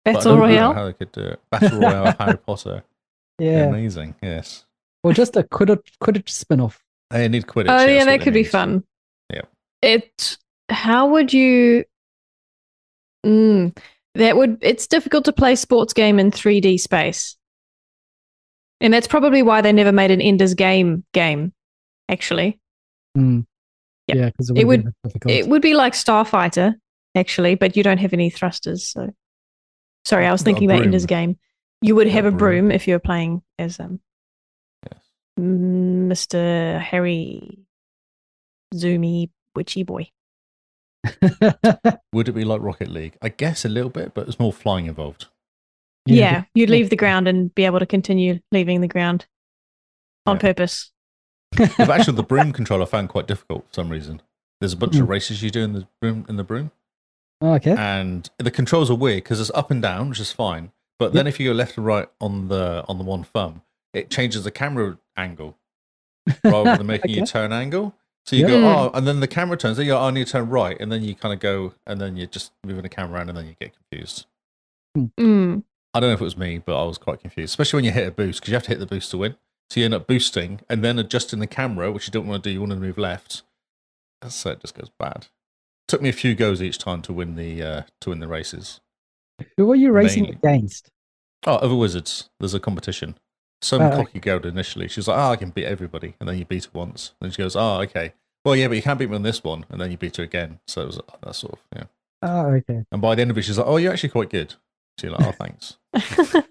Speaker 2: But I
Speaker 3: Battle
Speaker 2: don't really know
Speaker 3: Royale.
Speaker 2: How they could do it? Battle Royale, of Harry Potter.
Speaker 1: Yeah.
Speaker 2: Amazing. Yes.
Speaker 1: Or just a Quidditch, Quidditch spin off.
Speaker 2: They need Quidditch.
Speaker 3: Oh yeah,
Speaker 2: that's what
Speaker 3: that
Speaker 2: they
Speaker 3: could be
Speaker 2: need.
Speaker 3: fun.
Speaker 2: Yeah.
Speaker 3: It. How would you? Mm, that would. It's difficult to play sports game in 3D space, and that's probably why they never made an Ender's Game game. Actually,
Speaker 1: Mm.
Speaker 3: Yeah.
Speaker 1: Yeah, because
Speaker 3: It
Speaker 1: it would
Speaker 3: would-
Speaker 1: be difficult.
Speaker 3: it would be like Starfighter, actually, but you don't have any thrusters. So, sorry, I was
Speaker 2: Got a
Speaker 3: thinking about
Speaker 2: broom.
Speaker 3: Ender's Game. You would
Speaker 2: Got a
Speaker 3: have a
Speaker 2: broom.
Speaker 3: broom if you were playing as um,
Speaker 2: Yes.
Speaker 3: Mr. Harry Zoomy Witchy Boy.
Speaker 2: Would it be like Rocket League? I guess a little bit, but it's more flying involved.
Speaker 3: Yeah,
Speaker 1: Yeah.
Speaker 3: you'd leave the ground and be able to continue leaving the ground on
Speaker 2: Yeah.
Speaker 3: purpose.
Speaker 2: But actually, the broom control I found quite difficult for some reason. There's a bunch
Speaker 1: Hmm.
Speaker 2: of races you do in the broom in the broom,
Speaker 1: Oh,
Speaker 2: Uh,
Speaker 1: okay.
Speaker 2: and the controls are weird because it's up and down, which is fine. But then if you go left and right on the on the one thumb, it changes the camera angle rather than making you
Speaker 1: Okay.
Speaker 2: turn angle. So you
Speaker 1: Yeah.
Speaker 2: go
Speaker 3: Mm.
Speaker 2: oh, and then the camera turns. Then you go oh, I need to turn right, and then you kind of go and then you're just moving the camera around, and then you get confused.
Speaker 3: Mm.
Speaker 2: I don't know if it was me, but I was quite confused, especially when you hit a boost because you have to hit the boost to win. So you end up boosting and then adjusting the camera, which you don't want to do. You want to move left, so it just goes bad. Took me a few goes each time to win the uh, to win the races.
Speaker 1: Who are you racing
Speaker 2: mainly.
Speaker 1: against?
Speaker 2: Oh, other wizards. There's a competition. Some
Speaker 1: Oh,
Speaker 2: cocky girl initially. She's like, "Oh, I can beat everybody," and then you beat her once. Then she goes, "Oh, okay. Well, yeah, but you can't beat me on this one." And then you beat her again. So it was uh, that sort of yeah.
Speaker 1: Oh, okay.
Speaker 2: And by the end of it, she's like, "Oh, you're actually quite good." She's like, "Oh, thanks."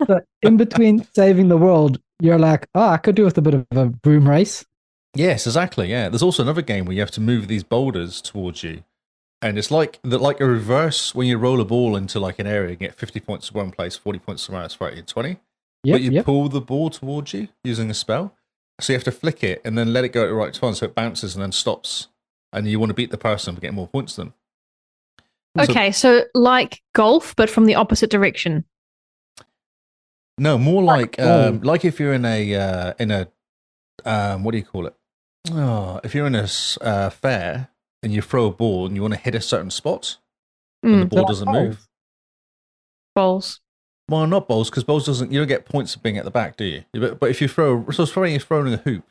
Speaker 1: So in between saving the world, you're like, oh, I could do with a bit of a broom race.
Speaker 2: yes, exactly. Yeah. There's also another game where you have to move these boulders towards you, and it's like that, like a reverse when you roll a ball into like an area, you get 50 points to one place, 40 points to another, it's 30 to 20.
Speaker 1: Yep,
Speaker 2: but you
Speaker 1: yep.
Speaker 2: pull the ball towards you using a spell. So you have to flick it and then let it go at the right time so it bounces and then stops. And you want to beat the person to get more points than them. So-
Speaker 3: Okay, so like golf, but from the opposite direction.
Speaker 2: No, more like
Speaker 1: oh.
Speaker 2: um, like if you're in a uh, in a um, what do you call it? Oh, if you're in a s- uh, fair and you throw a ball and you want to hit a certain spot and
Speaker 1: Hmm.
Speaker 2: the
Speaker 3: Mm.
Speaker 2: ball
Speaker 1: oh,
Speaker 2: doesn't move.
Speaker 3: Balls.
Speaker 2: Well, not bowls because bowls doesn't. You don't get points for being at the back, do you? But, but if you throw, so throwing you're throwing a hoop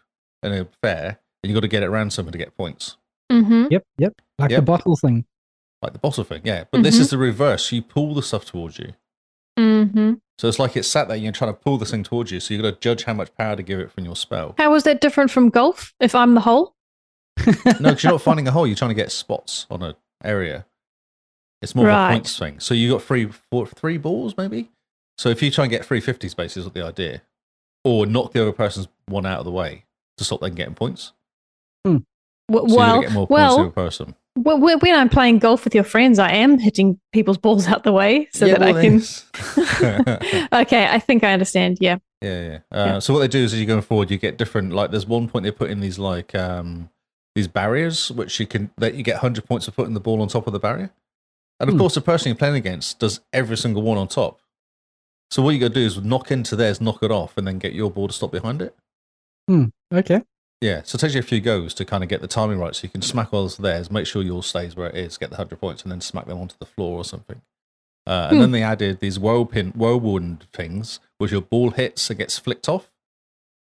Speaker 2: in a fair, and you got to get it around something to get points.
Speaker 3: Mm-hmm.
Speaker 1: Yep, yep. Like the
Speaker 2: Yep.
Speaker 1: bottle thing.
Speaker 2: like the bottle thing. Yeah, but this is the reverse. You pull the stuff towards you,
Speaker 3: Mm-hmm.
Speaker 2: so it's like it's sat there. You're trying to pull this thing towards you, so you got to judge how much power to give it from your spell.
Speaker 3: How was that different from golf? If I'm the hole,
Speaker 2: no, because you're not finding a hole. You're trying to get spots on an area. It's more of
Speaker 3: Right.
Speaker 2: a points thing. So you got three, four, three balls maybe. So if you try and get three fifty spaces, is the idea, or knock the other person's one out of the way to stop them getting points.
Speaker 3: w-
Speaker 2: So you got
Speaker 3: well,
Speaker 2: to get more points
Speaker 3: well,
Speaker 2: to a person.
Speaker 3: Well, wh- when I'm playing golf with your friends, I am hitting people's balls out the way so
Speaker 2: Yeah,
Speaker 3: that
Speaker 2: well,
Speaker 3: I can.
Speaker 2: yes.
Speaker 3: okay, I think I understand. Yeah.
Speaker 2: Yeah, yeah. Uh,
Speaker 3: Yeah.
Speaker 2: So what they do is, as you're going forward, you get different. Like, there's one point they put in these like um these barriers, which you can that you get 100 points for putting the ball on top of the barrier. And of
Speaker 1: Hmm.
Speaker 2: course, the person you're playing against does every single one on top. So what you got to do is knock into theirs, knock it off, and then get your ball to stop behind it.
Speaker 1: Okay.
Speaker 2: Yeah, so it takes you a few goes to kind of get the timing right, so you can smack all that's theirs, make sure yours stays where it is, get the hundred points, and then smack them onto the floor or something. Uh, and
Speaker 3: Hmm.
Speaker 2: then they added these whirlpin, whirlwind things, which your ball hits and gets flicked off.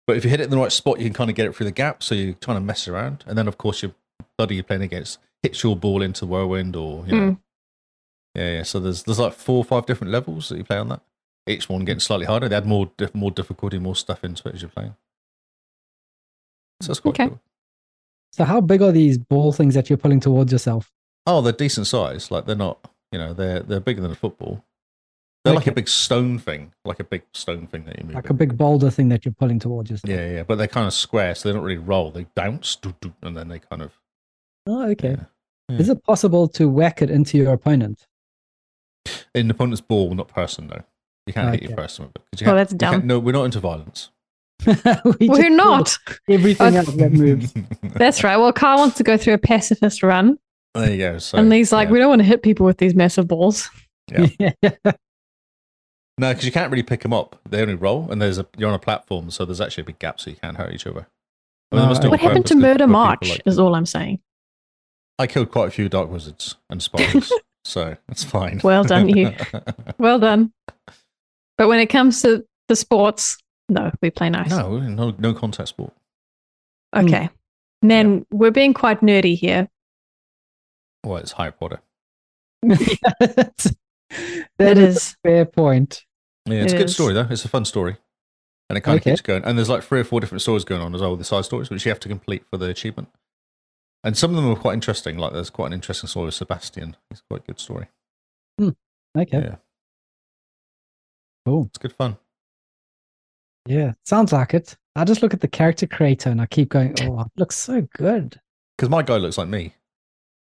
Speaker 2: But if you hit it in the right spot, you can kind of get it through the gap, so you're trying to mess around. And then, of course, your buddy you're playing against hits your ball into whirlwind, or you know,
Speaker 3: Hmm.
Speaker 2: yeah, yeah. So there's there's like four or five different levels that you play on that. Each one getting slightly harder. They add more diff- more difficulty, more stuff into it as you're playing. So that's quite
Speaker 3: Okay.
Speaker 2: cool.
Speaker 1: So how big are these ball things that you're pulling towards yourself?
Speaker 2: Oh, they're decent size. Like they're not, you know, they're they're bigger than a football. They're like a
Speaker 1: Okay.
Speaker 2: big stone thing, like a big stone thing that you move.
Speaker 1: Like
Speaker 2: it.
Speaker 1: a big boulder thing that you're pulling towards yourself.
Speaker 2: yeah, yeah, but they're kind of square, so they don't really roll. They bounce, doo, doo, and then they kind of.
Speaker 1: Oh, okay.
Speaker 2: Yeah.
Speaker 1: Is it possible to whack it into your opponent?
Speaker 2: In the opponent's ball, not person though. You can't hit your
Speaker 1: Okay.
Speaker 2: person with it. 'cause you
Speaker 3: Oh,
Speaker 2: can't-
Speaker 3: that's
Speaker 2: you can't-
Speaker 3: dumb.
Speaker 2: No, we're not into violence.
Speaker 1: we just
Speaker 3: We're
Speaker 1: pulled
Speaker 3: not.
Speaker 1: Everything
Speaker 3: I-
Speaker 1: else that moves.
Speaker 3: That's right. Well, Carl wants to go through a pacifist run,
Speaker 2: there you go. So,
Speaker 3: and he's like,
Speaker 2: yeah.
Speaker 3: "We don't want to hit people with these massive balls."
Speaker 1: Yeah.
Speaker 2: No, because you can't really pick them up. They only roll, and there's a you're on a platform, so there's actually a big gap, so you can't hurt each other. I mean, they must do
Speaker 1: Oh,
Speaker 2: it
Speaker 3: What
Speaker 2: on
Speaker 3: happened
Speaker 2: purpose
Speaker 3: to
Speaker 2: 'cause
Speaker 3: Murder
Speaker 2: people
Speaker 3: March?
Speaker 2: like-
Speaker 3: is all I'm saying.
Speaker 2: I killed quite a few dark wizards and spiders, so that's fine.
Speaker 3: Well done, you. Well done. But when it comes to the sports, no, we play nice.
Speaker 2: no, no, no contact sport.
Speaker 3: Okay. Nan, we're being quite nerdy here.
Speaker 2: Well, it's Harry Potter.
Speaker 1: That's-
Speaker 3: It
Speaker 1: that is
Speaker 3: is.
Speaker 1: a fair point.
Speaker 2: Yeah, it's
Speaker 3: It
Speaker 2: a good
Speaker 3: is.
Speaker 2: story though. It's a fun story, and it kind
Speaker 1: Okay.
Speaker 2: of keeps going. And there's like three or four different stories going on as well with the side stories, which you have to complete for the achievement. And some of them are quite interesting. Like there's quite an interesting story with Sebastian. It's quite a good story.
Speaker 1: Okay.
Speaker 2: Yeah.
Speaker 1: Cool.
Speaker 2: It's good fun.
Speaker 1: Yeah. Sounds like it. I just look at the character creator and I keep going, oh, it looks so good.
Speaker 2: Because my guy looks like me.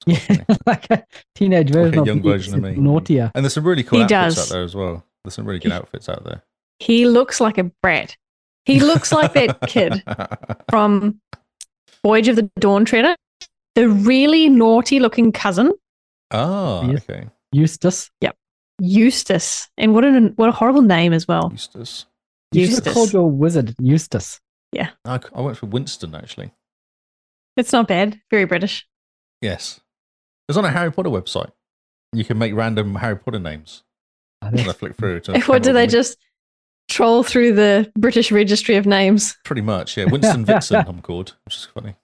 Speaker 1: Yeah, like a teenage version
Speaker 2: a
Speaker 1: of
Speaker 2: young
Speaker 1: me,
Speaker 2: version of
Speaker 1: except
Speaker 2: me.
Speaker 1: Naughtier.
Speaker 2: And there's some really cool
Speaker 3: He
Speaker 2: outfits
Speaker 3: does.
Speaker 2: out there as well. There's some really good
Speaker 3: He-
Speaker 2: outfits out there.
Speaker 3: He looks like a brat. He looks like that kid from Voyage of the Dawn Treader, the really naughty looking cousin,
Speaker 2: Ah,
Speaker 1: Yes.
Speaker 2: okay.
Speaker 1: Eustace.
Speaker 3: Eustace. And what an what a horrible name as well.
Speaker 2: Eustace.
Speaker 1: You should have
Speaker 3: Eustace.
Speaker 1: called your wizard Eustace.
Speaker 2: I, c- I went for Winston, actually.
Speaker 3: It's not bad. Very British.
Speaker 2: Yes. It was on a Harry Potter website. You can make random Harry Potter names.
Speaker 1: I
Speaker 2: And
Speaker 1: think
Speaker 2: I flick through to.
Speaker 3: What do
Speaker 2: come up
Speaker 3: they
Speaker 2: with-
Speaker 3: just troll through the British Registry of Names?
Speaker 2: Pretty much, yeah. Winston Vixen, I'm called, which is funny.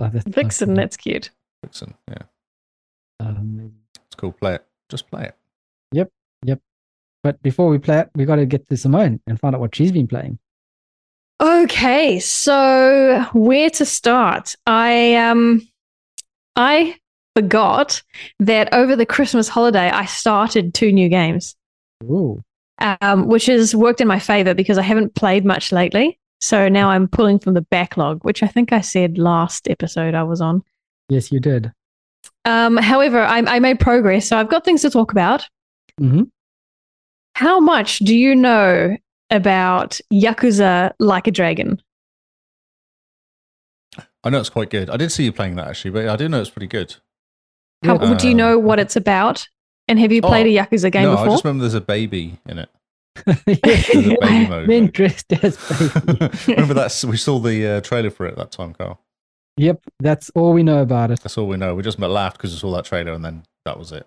Speaker 1: oh, that's-
Speaker 3: Vixen, that's cute.
Speaker 2: Vixen, yeah.
Speaker 1: Um,
Speaker 2: It's cool. Play it. Just play it.
Speaker 1: but before we play it, we got to get to Simone and find out what she's been playing.
Speaker 3: Okay, so where to start? I um I forgot that over the Christmas holiday I started two new games,
Speaker 1: Ooh.
Speaker 3: um, which has worked in my favor because I haven't played much lately. So now I'm pulling from the backlog, which I think I said last episode I was on.
Speaker 1: Yes, you did.
Speaker 3: Um, however, I, I made progress, so I've got things to talk about.
Speaker 2: Mm-hmm.
Speaker 1: Mhm.
Speaker 3: How much do you know about Yakuza Like a Dragon?
Speaker 2: I know it's quite good. I did see you playing that, actually, but I do know it's pretty good.
Speaker 3: How,
Speaker 2: Yeah.
Speaker 3: do you know what it's about? And have you
Speaker 2: Oh,
Speaker 3: played a Yakuza game
Speaker 2: no, I
Speaker 3: before?
Speaker 2: just remember there's a baby in it. There's a baby
Speaker 1: Yeah.
Speaker 2: mode.
Speaker 1: Men dressed as babies.
Speaker 2: Remember that we saw the uh, trailer for it at that time, Carl.
Speaker 1: Yep, that's all we know about it.
Speaker 2: That's all we know. We just laughed because we saw that trailer, and then that was it.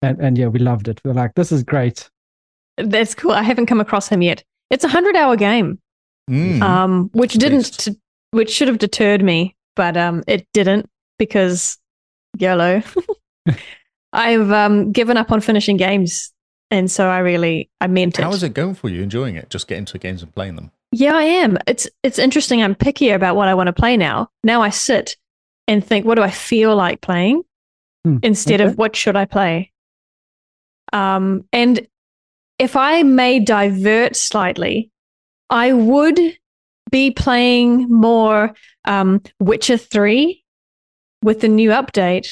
Speaker 1: And, and yeah, we loved it. We are like, this is great.
Speaker 3: That's cool. I haven't come across him yet. It's a hundred-hour game,
Speaker 2: Mm.
Speaker 3: um, which
Speaker 2: At
Speaker 3: didn't,
Speaker 2: least.
Speaker 3: t- which should have deterred me, but um, it didn't because YOLO. I've um, given up on finishing games, and so I really, I meant it.
Speaker 2: How is it going for you? Enjoying it? Just getting to games and playing them.
Speaker 3: Yeah, I am. It's it's interesting. I'm pickier about what I want to play now. Now I sit and think, what do I feel like playing
Speaker 1: Hmm,
Speaker 3: instead
Speaker 1: okay.
Speaker 3: of what should I play? Um, and if I may divert slightly, I would be playing more um, Witcher Three with the new update,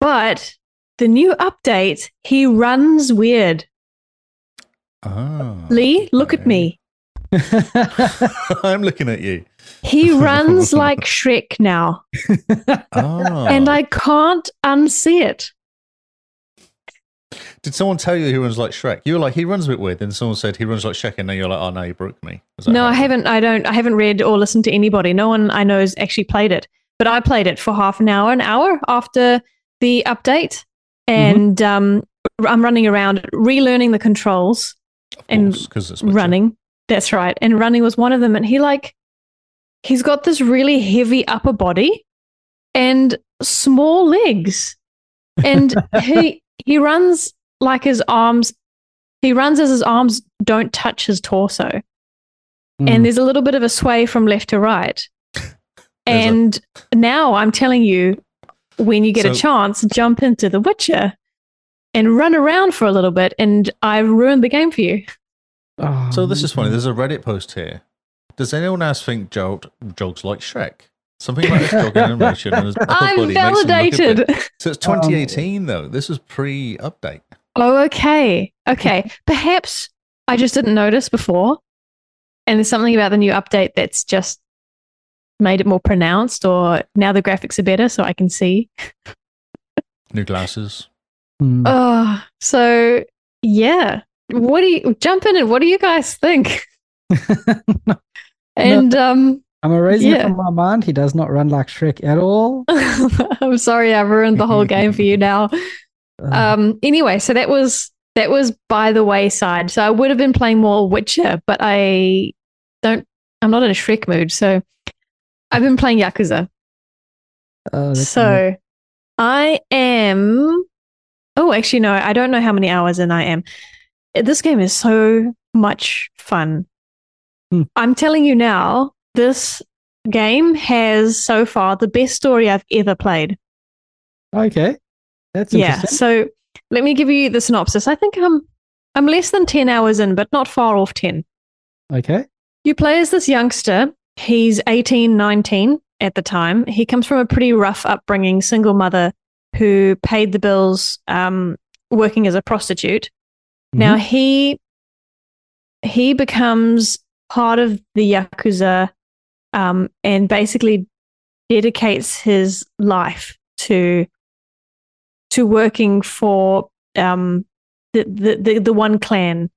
Speaker 3: but the new update he runs weird.
Speaker 2: Ah,
Speaker 3: Lee, look at
Speaker 2: okay.
Speaker 3: me.
Speaker 2: I'm looking at you.
Speaker 3: He runs like Shrek now.
Speaker 2: Ah.
Speaker 3: and I can't unsee it.
Speaker 2: Did someone tell you he runs like Shrek? You were like, he runs a bit weird. Then someone said he runs like Shrek, and then you're like, oh no, you broke me. Was that
Speaker 3: No,
Speaker 2: how
Speaker 3: I
Speaker 2: it
Speaker 3: haven't. I don't. I haven't read or listened to anybody. No one I know has actually played it. But I played it for half an hour, an hour after the update, and um, I'm running around relearning the controls,
Speaker 2: went?
Speaker 3: and
Speaker 2: Of course, 'cause it's Witcher.
Speaker 3: running. That's right. And running was one of them. And he like, he's got this really heavy upper body and small legs, and he he runs like his arms. He runs as his arms don't touch his torso
Speaker 1: Hmm.
Speaker 3: and there's a little bit of a sway from left to right.
Speaker 2: There's a-
Speaker 3: and now I'm telling you, when you get a
Speaker 2: So-
Speaker 3: chance, jump into The Witcher and run around for a little bit, and I've ruined the game for you.
Speaker 1: Oh,
Speaker 2: So this is funny.
Speaker 1: man.
Speaker 2: There's a Reddit post here. Does anyone else think Jolt jogs like Shrek? Something like his jogging animation and his upper
Speaker 3: I'm
Speaker 2: body Oh, makes him look a bit-
Speaker 3: validated.
Speaker 2: So it's 2018 though. This is pre-update.
Speaker 3: Oh, okay. Okay. Perhaps I just didn't notice before. And there's something about the new update that's just made it more pronounced, or now the graphics are better, so I can see.
Speaker 2: New glasses.
Speaker 1: Hmm.
Speaker 3: Oh, so yeah. What do you jump in and what do you guys think? And um,
Speaker 1: I'm erasing it
Speaker 3: yeah.
Speaker 1: from my mind. He does not run like Shrek at all.
Speaker 3: I'm sorry I ruined the whole game for you now.
Speaker 1: Uh,
Speaker 3: Um, anyway, so that was that was by the wayside. So I would have been playing more Witcher, but I don't. I'm not in a Shrek mood, so I've been playing Yakuza.
Speaker 1: oh, that's amazing.
Speaker 3: So I am. Oh, actually, no, I don't know how many hours in I am. This game is so much fun.
Speaker 1: Hmm.
Speaker 3: I'm telling you now, this game has so far the best story I've ever played.
Speaker 1: okay, that's
Speaker 3: Yeah.
Speaker 1: interesting.
Speaker 3: So let me give you the synopsis. I think I'm I'm less than 10 hours in, but not far off 10.
Speaker 1: Okay,
Speaker 3: You play as this youngster. He's 18, 19 at the time. He comes from a pretty rough upbringing, single mother who paid the bills um, working as a prostitute. Now he he becomes part of the yakuza um, and basically dedicates his life to to working for um, the, the the the one clan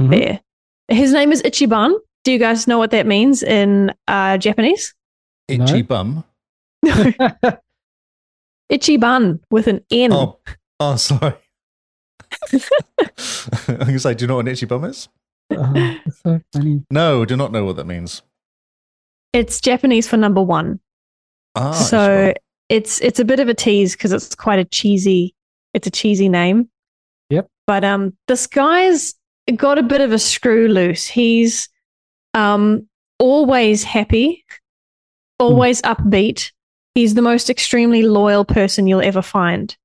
Speaker 1: Mhm.
Speaker 3: there. His name is Ichiban. Do you guys know what that means in uh, Japanese?
Speaker 1: No.
Speaker 2: Itchy bum.
Speaker 1: Mhm.
Speaker 3: Ichiban with an N.
Speaker 2: Oh, oh, sorry. I'm gonna say, do you know what an itchy bum is?
Speaker 1: Oh, that's so funny.
Speaker 2: No, do not know what that means.
Speaker 3: It's Japanese for number one.
Speaker 2: Ah, itchy
Speaker 3: so
Speaker 2: bum.
Speaker 3: it's it's a bit of a tease because it's quite a cheesy it's a cheesy name
Speaker 1: Yep.
Speaker 3: but um this guy's got a bit of a screw loose he's um always happy always upbeat he's the most extremely loyal person you'll ever find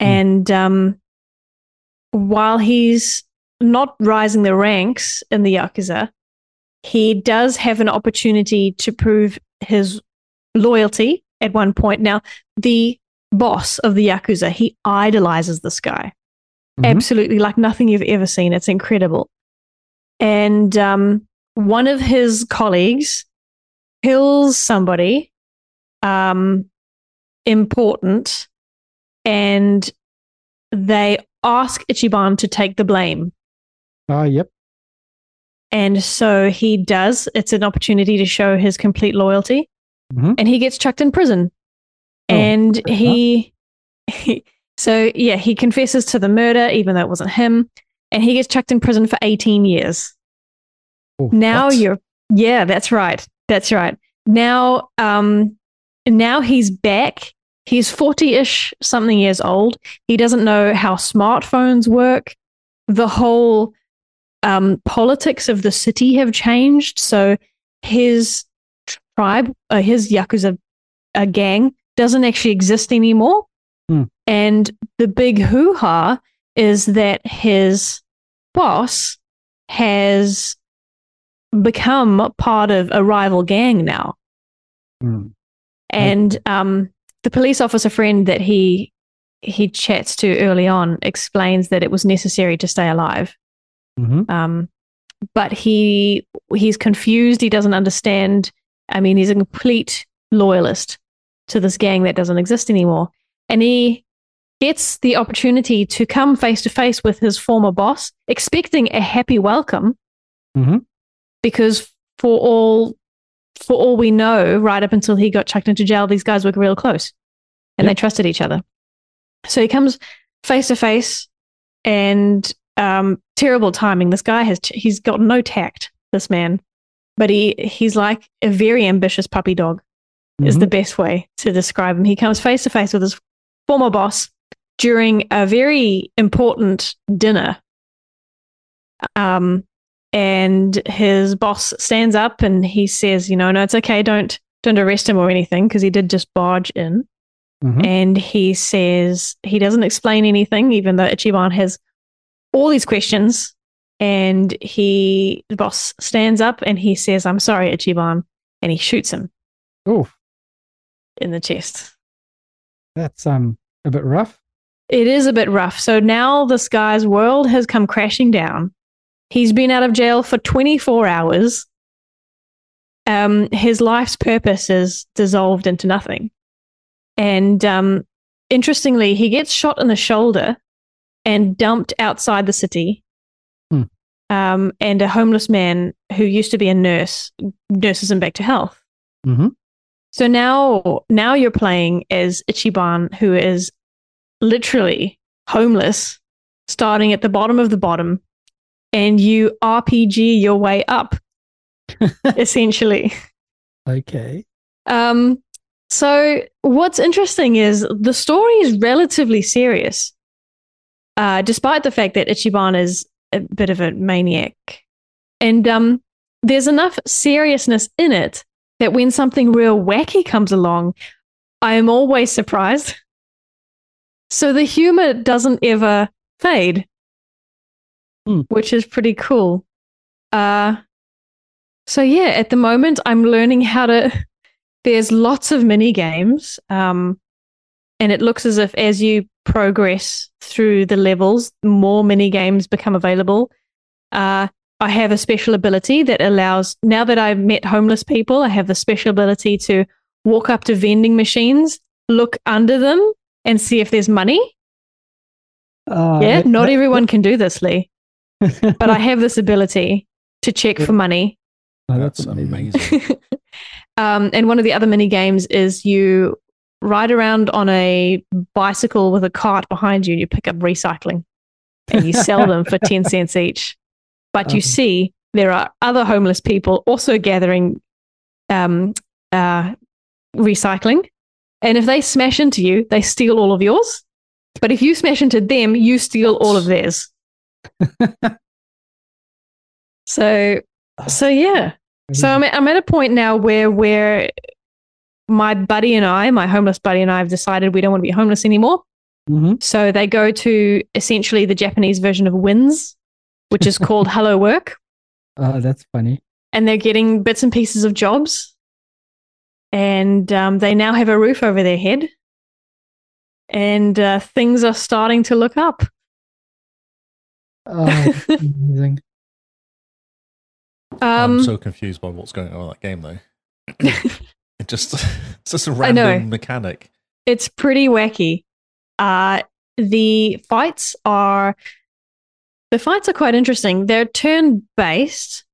Speaker 3: and um while he's not rising the ranks in the yakuza he does have an opportunity to prove his loyalty at one point. Now, the boss of the Yakuza, he idolizes this guy.
Speaker 1: Mhm.
Speaker 3: Absolutely like nothing you've ever seen. It's incredible. And um, one of his colleagues kills somebody um, important and they ask Ichiban to take the blame.
Speaker 1: Oh, yep.
Speaker 3: And so he does. It's an opportunity to show his complete loyalty.
Speaker 1: Mhm.
Speaker 3: And he gets chucked in prison.
Speaker 1: Oh,
Speaker 3: and
Speaker 1: enough.
Speaker 3: he, he, so yeah, he confesses to the murder, even though it wasn't him. And he gets chucked in prison for 18 years.
Speaker 1: Oh,
Speaker 3: Now
Speaker 2: what?
Speaker 3: you're, yeah, that's right. That's right. Now, um, now he's back. He's 40 ish, something years old. He doesn't know how smartphones work. The whole um, politics of the city have changed. So his tribe, uh, his Yakuza uh, gang, doesn't actually exist anymore.
Speaker 1: Hmm.
Speaker 3: And the big hoo ha is that his boss has become part of a rival gang now.
Speaker 1: Hmm.
Speaker 3: And um, the police officer friend that he he chats to early on explains that it was necessary to stay alive
Speaker 1: Mhm.
Speaker 3: um, but he he's confused. He doesn't understand. I mean, he's a complete loyalist to this gang that doesn't exist anymore, and he gets the opportunity to come face to face with his former boss, expecting a happy welcome.
Speaker 1: Mhm.
Speaker 3: Because for all for all we know, right up until he got chucked into jail, these guys were real close and they trusted each other. So he comes face to face and um, terrible timing. This guy has he's got no tact. This man, but he he's like a very ambitious puppy dog is the best way to describe him. He comes face to face with his former boss during a very important dinner. Um, and his boss stands up and he says, "You know, no, it's okay. Don't don't arrest him or anything because he did just barge in."
Speaker 1: Mhm.
Speaker 3: And he says he doesn't explain anything, even though Ichiban has all these questions. And he, the boss, stands up and he says, "I'm sorry, Ichiban," and he shoots him
Speaker 1: Oh,
Speaker 3: in the chest.
Speaker 1: that's um a bit rough.
Speaker 3: It is a bit rough. So now this guy's world has come crashing down. He's been out of jail for 24 hours. Um, his life's purpose is dissolved into nothing. And um, interestingly, he gets shot in the shoulder and dumped outside the city.
Speaker 1: Hmm.
Speaker 3: Um, and a homeless man who used to be a nurse nurses him back to health.
Speaker 1: Mhm.
Speaker 3: So now, now you're playing as Ichiban, who is literally homeless, starting at the bottom of the bottom, and you RPG your way up, essentially.
Speaker 1: Okay.
Speaker 3: Um, so what's interesting is the story is relatively serious, uh, despite the fact that Ichiban is a bit of a maniac, and um, there's enough seriousness in it that when something real wacky comes along, I am always surprised. So the humor doesn't ever fade,
Speaker 1: Hmm.
Speaker 3: which is pretty cool. Uh, so yeah, at the moment I'm learning how to there's lots of mini games um, and it looks as if as you progress through the levels more mini games become available uh, i have a special ability that allows now that i've met homeless people i have the special ability to walk up to vending machines look under them and see if there's money
Speaker 1: Uh,
Speaker 3: yeah
Speaker 1: that-
Speaker 3: not
Speaker 1: that-
Speaker 3: everyone can do this lee
Speaker 1: that-
Speaker 3: but i have this ability to check for money Oh,
Speaker 1: No,
Speaker 2: Oh, That's amazing.
Speaker 3: um, and one of the other mini games is you ride around on a bicycle with a cart behind you and you pick up recycling and you sell them for 10 cents each. But you
Speaker 1: Um.
Speaker 3: see, there are other homeless people also gathering um, uh, recycling. And if they smash into you, they steal all of yours. But if you smash into them, you steal all of theirs. so, so yeah. So um, I'm, I'm at a point now where where my buddy and I, my homeless buddy and I, have decided we don't want to be homeless anymore.
Speaker 1: Mhm.
Speaker 3: So they go to essentially the Japanese version of WINS, which is called Hello Work,
Speaker 1: Oh, that's funny.
Speaker 3: and they're getting bits and pieces of jobs. And um, they now have a roof over their head, and uh, things are starting to look up.
Speaker 1: Oh, that's amazing.
Speaker 3: Um,
Speaker 2: I'm so confused by what's going on in that game, though. it just it's just a
Speaker 3: know.
Speaker 2: random mechanic.
Speaker 3: it's pretty wacky. Uh, the fights are the fights are quite interesting. They're turn based,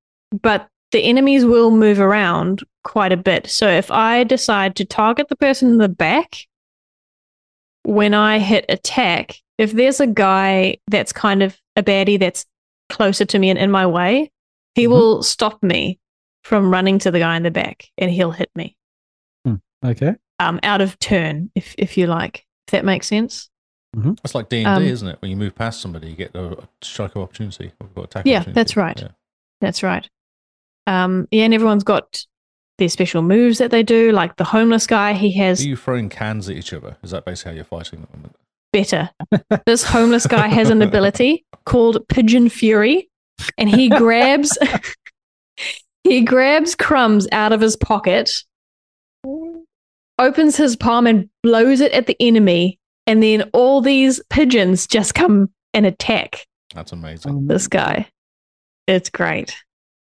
Speaker 3: but the enemies will move around quite a bit. So if I decide to target the person in the back, when I hit attack, if there's a guy that's kind of a baddie that's closer to me and in my way, he
Speaker 1: Mhm.
Speaker 3: will stop me from running to the guy in the back and he'll hit me
Speaker 1: Okay.
Speaker 3: um, out of turn, if if you like, if that makes sense.
Speaker 2: It's like D and
Speaker 3: Um,
Speaker 2: D, isn't it? When you move past somebody, you get a strike of opportunity. Or attack
Speaker 3: Yeah,
Speaker 2: opportunity.
Speaker 3: that's right.
Speaker 2: Yeah.
Speaker 3: That's right. Um, yeah, and everyone's got their special moves that they do. Like the homeless guy, he
Speaker 2: Are
Speaker 3: has
Speaker 2: you throwing cans at each other? Is that basically how you're fighting at the moment?
Speaker 3: better. This homeless guy has an ability called Pigeon Fury, and he grabs he grabs crumbs out of his pocket, opens his palm and blows it at the enemy, and then all these pigeons just come and attack.
Speaker 2: That's amazing.
Speaker 1: Um,
Speaker 3: this guy. It's great.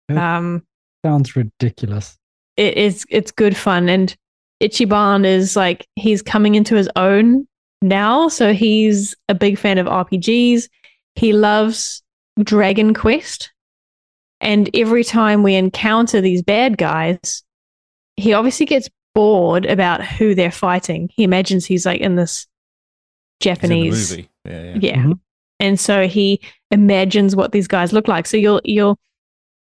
Speaker 1: Yeah.
Speaker 3: Um,
Speaker 1: sounds ridiculous.
Speaker 3: it is it's good fun, and Ichiban is like he's coming into his own now. So he's a big fan of RPGs. He loves Dragon Quest. And every time we encounter these bad guys, he obviously gets bored about who they're fighting. He imagines he's like in this
Speaker 2: It's in the
Speaker 3: Japanese
Speaker 2: movie. Yeah, yeah.
Speaker 3: yeah.
Speaker 1: Mhm.
Speaker 3: And so he imagines what these guys look like. So you'll you'll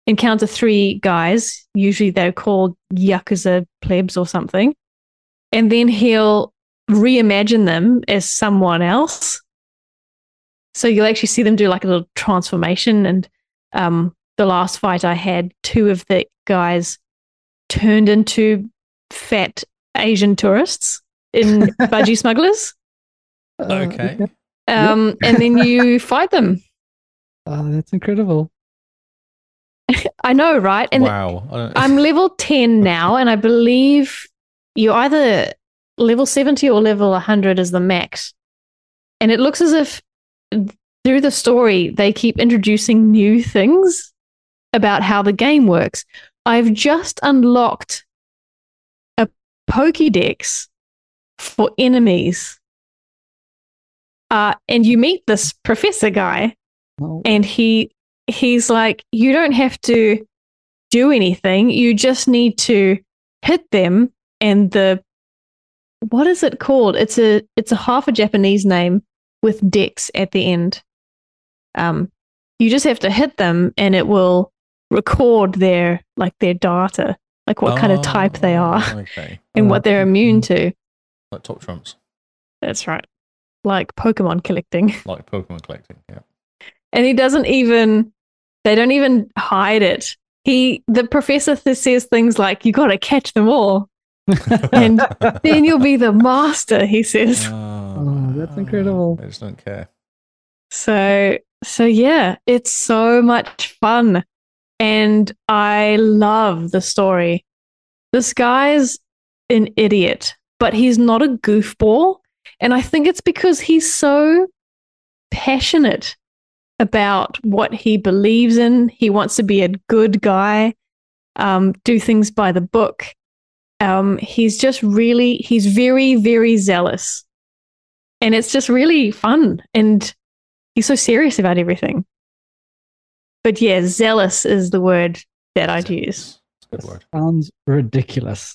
Speaker 3: encounter three guys. Usually they're called yakuza plebs or something, and then he'll reimagine them as someone else. So you'll actually see them do like a little transformation. And um, the last fight I had, two of the guys turned into fat Asian tourists in budgie smugglers.
Speaker 1: Uh,
Speaker 2: Okay.
Speaker 3: Um, and then you fight them.
Speaker 1: Oh, that's incredible.
Speaker 3: I know, right? And
Speaker 2: wow. I don't-
Speaker 3: I'm level 10 now, and I believe you're either level 70 or level 100 is the max. And it looks as if through the story, they keep introducing new things about how the game works. I've just unlocked a Pokédex for enemies. Uh, and you meet this professor guy
Speaker 1: Well,
Speaker 3: and he he's like you don't have to do anything you just need to hit them and the what is it called it's a it's a half a japanese name with dex at the end um you just have to hit them and it will record their like their data like what kind of type they are
Speaker 2: Oh, Mm-hmm. Okay.
Speaker 3: and what they're immune to
Speaker 2: Like top trumps,
Speaker 3: that's right like pokemon collecting
Speaker 2: like Pokemon collecting. Yeah.
Speaker 3: and he doesn't even they don't even hide it he the professor th- says things like you got to catch them all And then you'll be the master he says
Speaker 1: Oh, that's incredible.
Speaker 2: Ah, I just don't care.
Speaker 3: so so yeah it's so much fun and i love the story this guy's an idiot but he's not a goofball and i think it's because he's so passionate about what he believes in. He wants to be a good guy, um, do things by the book. Um, he's just really, he's very, very zealous. And it's just really fun. And he's so serious about everything. But yeah, zealous is the word that I'd use.
Speaker 2: It's a good word.
Speaker 1: sounds ridiculous.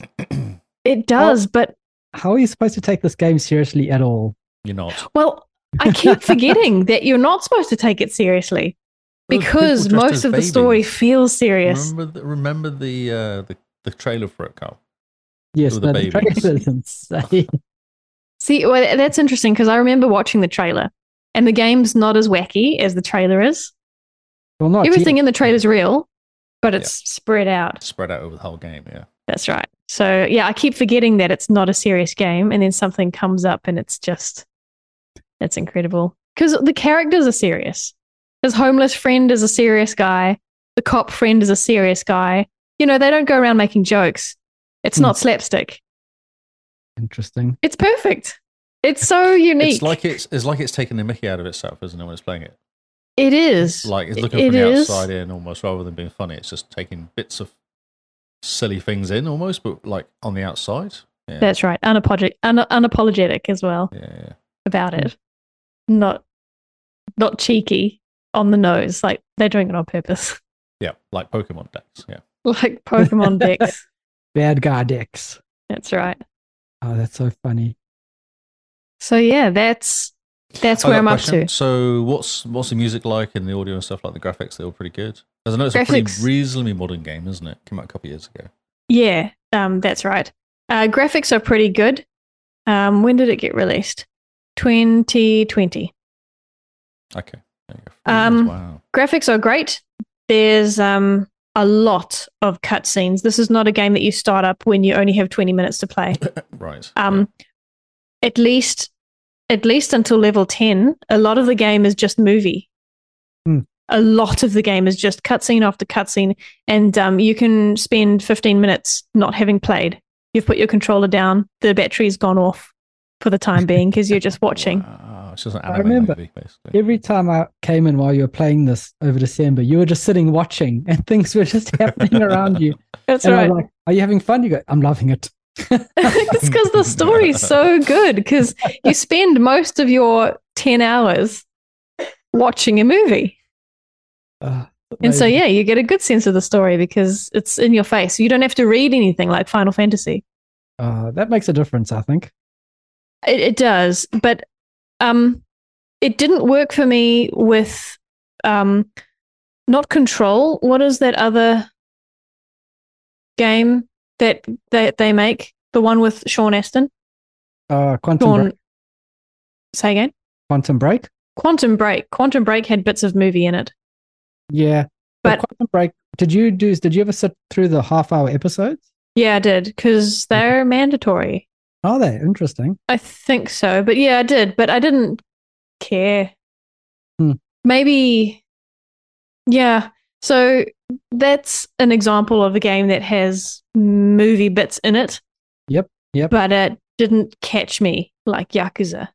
Speaker 3: It does, but
Speaker 1: How are you supposed to take this game seriously at all?
Speaker 2: You're not.
Speaker 3: well, I keep forgetting that you're not supposed to take it seriously
Speaker 2: Those people
Speaker 3: because
Speaker 2: dressed
Speaker 3: most
Speaker 2: as
Speaker 3: of the story
Speaker 2: babies. Mm.
Speaker 3: feels serious.
Speaker 2: Remember the, remember the, uh, the the trailer for it, Carl.
Speaker 1: Yes,
Speaker 2: With the
Speaker 1: no, the trailer
Speaker 2: babies.
Speaker 1: is insane.
Speaker 3: See, well, that's interesting because I remember watching the trailer, and the game's not as wacky as the trailer is.
Speaker 1: Well,
Speaker 2: Oh,
Speaker 1: not
Speaker 3: Everything
Speaker 1: yet.
Speaker 3: in the trailer's real, but it's spread out.
Speaker 2: Spread out over the whole game. Yeah.
Speaker 3: That's right. So yeah, I keep forgetting that it's not a serious game, and then something comes up, and it's just that's incredible because the characters are serious. His homeless friend is a serious guy. The cop friend is a serious guy. You know, they don't go around making jokes. It's
Speaker 1: Hmm.
Speaker 3: not slapstick.
Speaker 1: Interesting.
Speaker 3: It's perfect. It's so unique.
Speaker 2: It's like it's it's like it's taking the Mickey out of itself, isn't it? When it's playing it,
Speaker 3: it is.
Speaker 2: like it's
Speaker 3: It-
Speaker 2: looking
Speaker 3: it
Speaker 2: from the
Speaker 3: is.
Speaker 2: outside in almost, rather than being funny. It's just taking bits of silly things in almost, but like on the outside. Yeah.
Speaker 3: That's right. Unapologetic, un- unapologetic as well
Speaker 2: yeah, Hmm. yeah.
Speaker 3: about it. Not, not cheeky on the nose. Like they're doing it on purpose.
Speaker 2: Yeah, like Pokemon decks. Yeah.
Speaker 3: Like Pokemon decks.
Speaker 1: Bad guy decks.
Speaker 3: That's right.
Speaker 1: Oh, that's so funny.
Speaker 3: So yeah, that's that's
Speaker 2: I
Speaker 3: where
Speaker 2: got
Speaker 3: I'm
Speaker 2: a
Speaker 3: up
Speaker 2: question.
Speaker 3: to.
Speaker 2: So, what's what's the music like and the audio and stuff like the graphics? They're all pretty good. As I know, it's a
Speaker 3: Graphics-
Speaker 2: pretty reasonably modern game, isn't it? Came out a couple of years ago.
Speaker 3: Yeah, um, that's right. Uh, graphics are pretty good. Um, when did it get released? 2020.
Speaker 2: Okay. There you go. Three years,
Speaker 3: Um,
Speaker 2: wow.
Speaker 3: graphics are great. There's um, a lot of cutscenes. This is not a game that you start up when you only have 20 minutes to play.
Speaker 2: Right.
Speaker 3: Um, at least, at least until level 10, a lot of the game is just movie.
Speaker 1: Hmm.
Speaker 3: A lot of the game is just cutscene after cutscene, and um, you can spend 15 minutes not having played. You've put your controller down, the battery's gone off for the time being because you're just watching.
Speaker 2: Wow. It's just an
Speaker 1: I
Speaker 2: anime
Speaker 1: remember
Speaker 2: movie, basically.
Speaker 1: Every time I came in while you were playing this over December, you were just sitting watching and things were just happening around you.
Speaker 3: That's
Speaker 1: and
Speaker 3: right.
Speaker 1: I'm like, are you having fun? You go, I'm loving it.
Speaker 3: it's because the story's so good because you spend most of your 10 hours watching a movie.
Speaker 1: Ah,
Speaker 3: And so,
Speaker 1: amazing.
Speaker 3: yeah, you get a good sense of the story because it's in your face. You don't have to read anything like Final Fantasy.
Speaker 1: Ah, that makes a difference, I think.
Speaker 3: It, it does, but um, it didn't work for me with um, not control. What is that other game that that they make? The one with Sean Aston.
Speaker 1: Uh, Quantum
Speaker 3: Sean.
Speaker 1: Break.
Speaker 3: Say again.
Speaker 1: Quantum Break.
Speaker 3: Quantum Break. Quantum Break had bits of movie in it.
Speaker 1: Yeah, but,
Speaker 3: But-
Speaker 1: Quantum Break. Did you do? Did you ever sit through the half-hour episodes?
Speaker 3: Yeah, I did because they're mandatory.
Speaker 1: Are they interesting?
Speaker 3: I think so, but yeah, I did, but I didn't care.
Speaker 1: Hmm.
Speaker 3: Maybe, yeah. So that's an example of a game that has movie bits in it.
Speaker 1: Yep, yep.
Speaker 3: But it didn't catch me like Yakuza.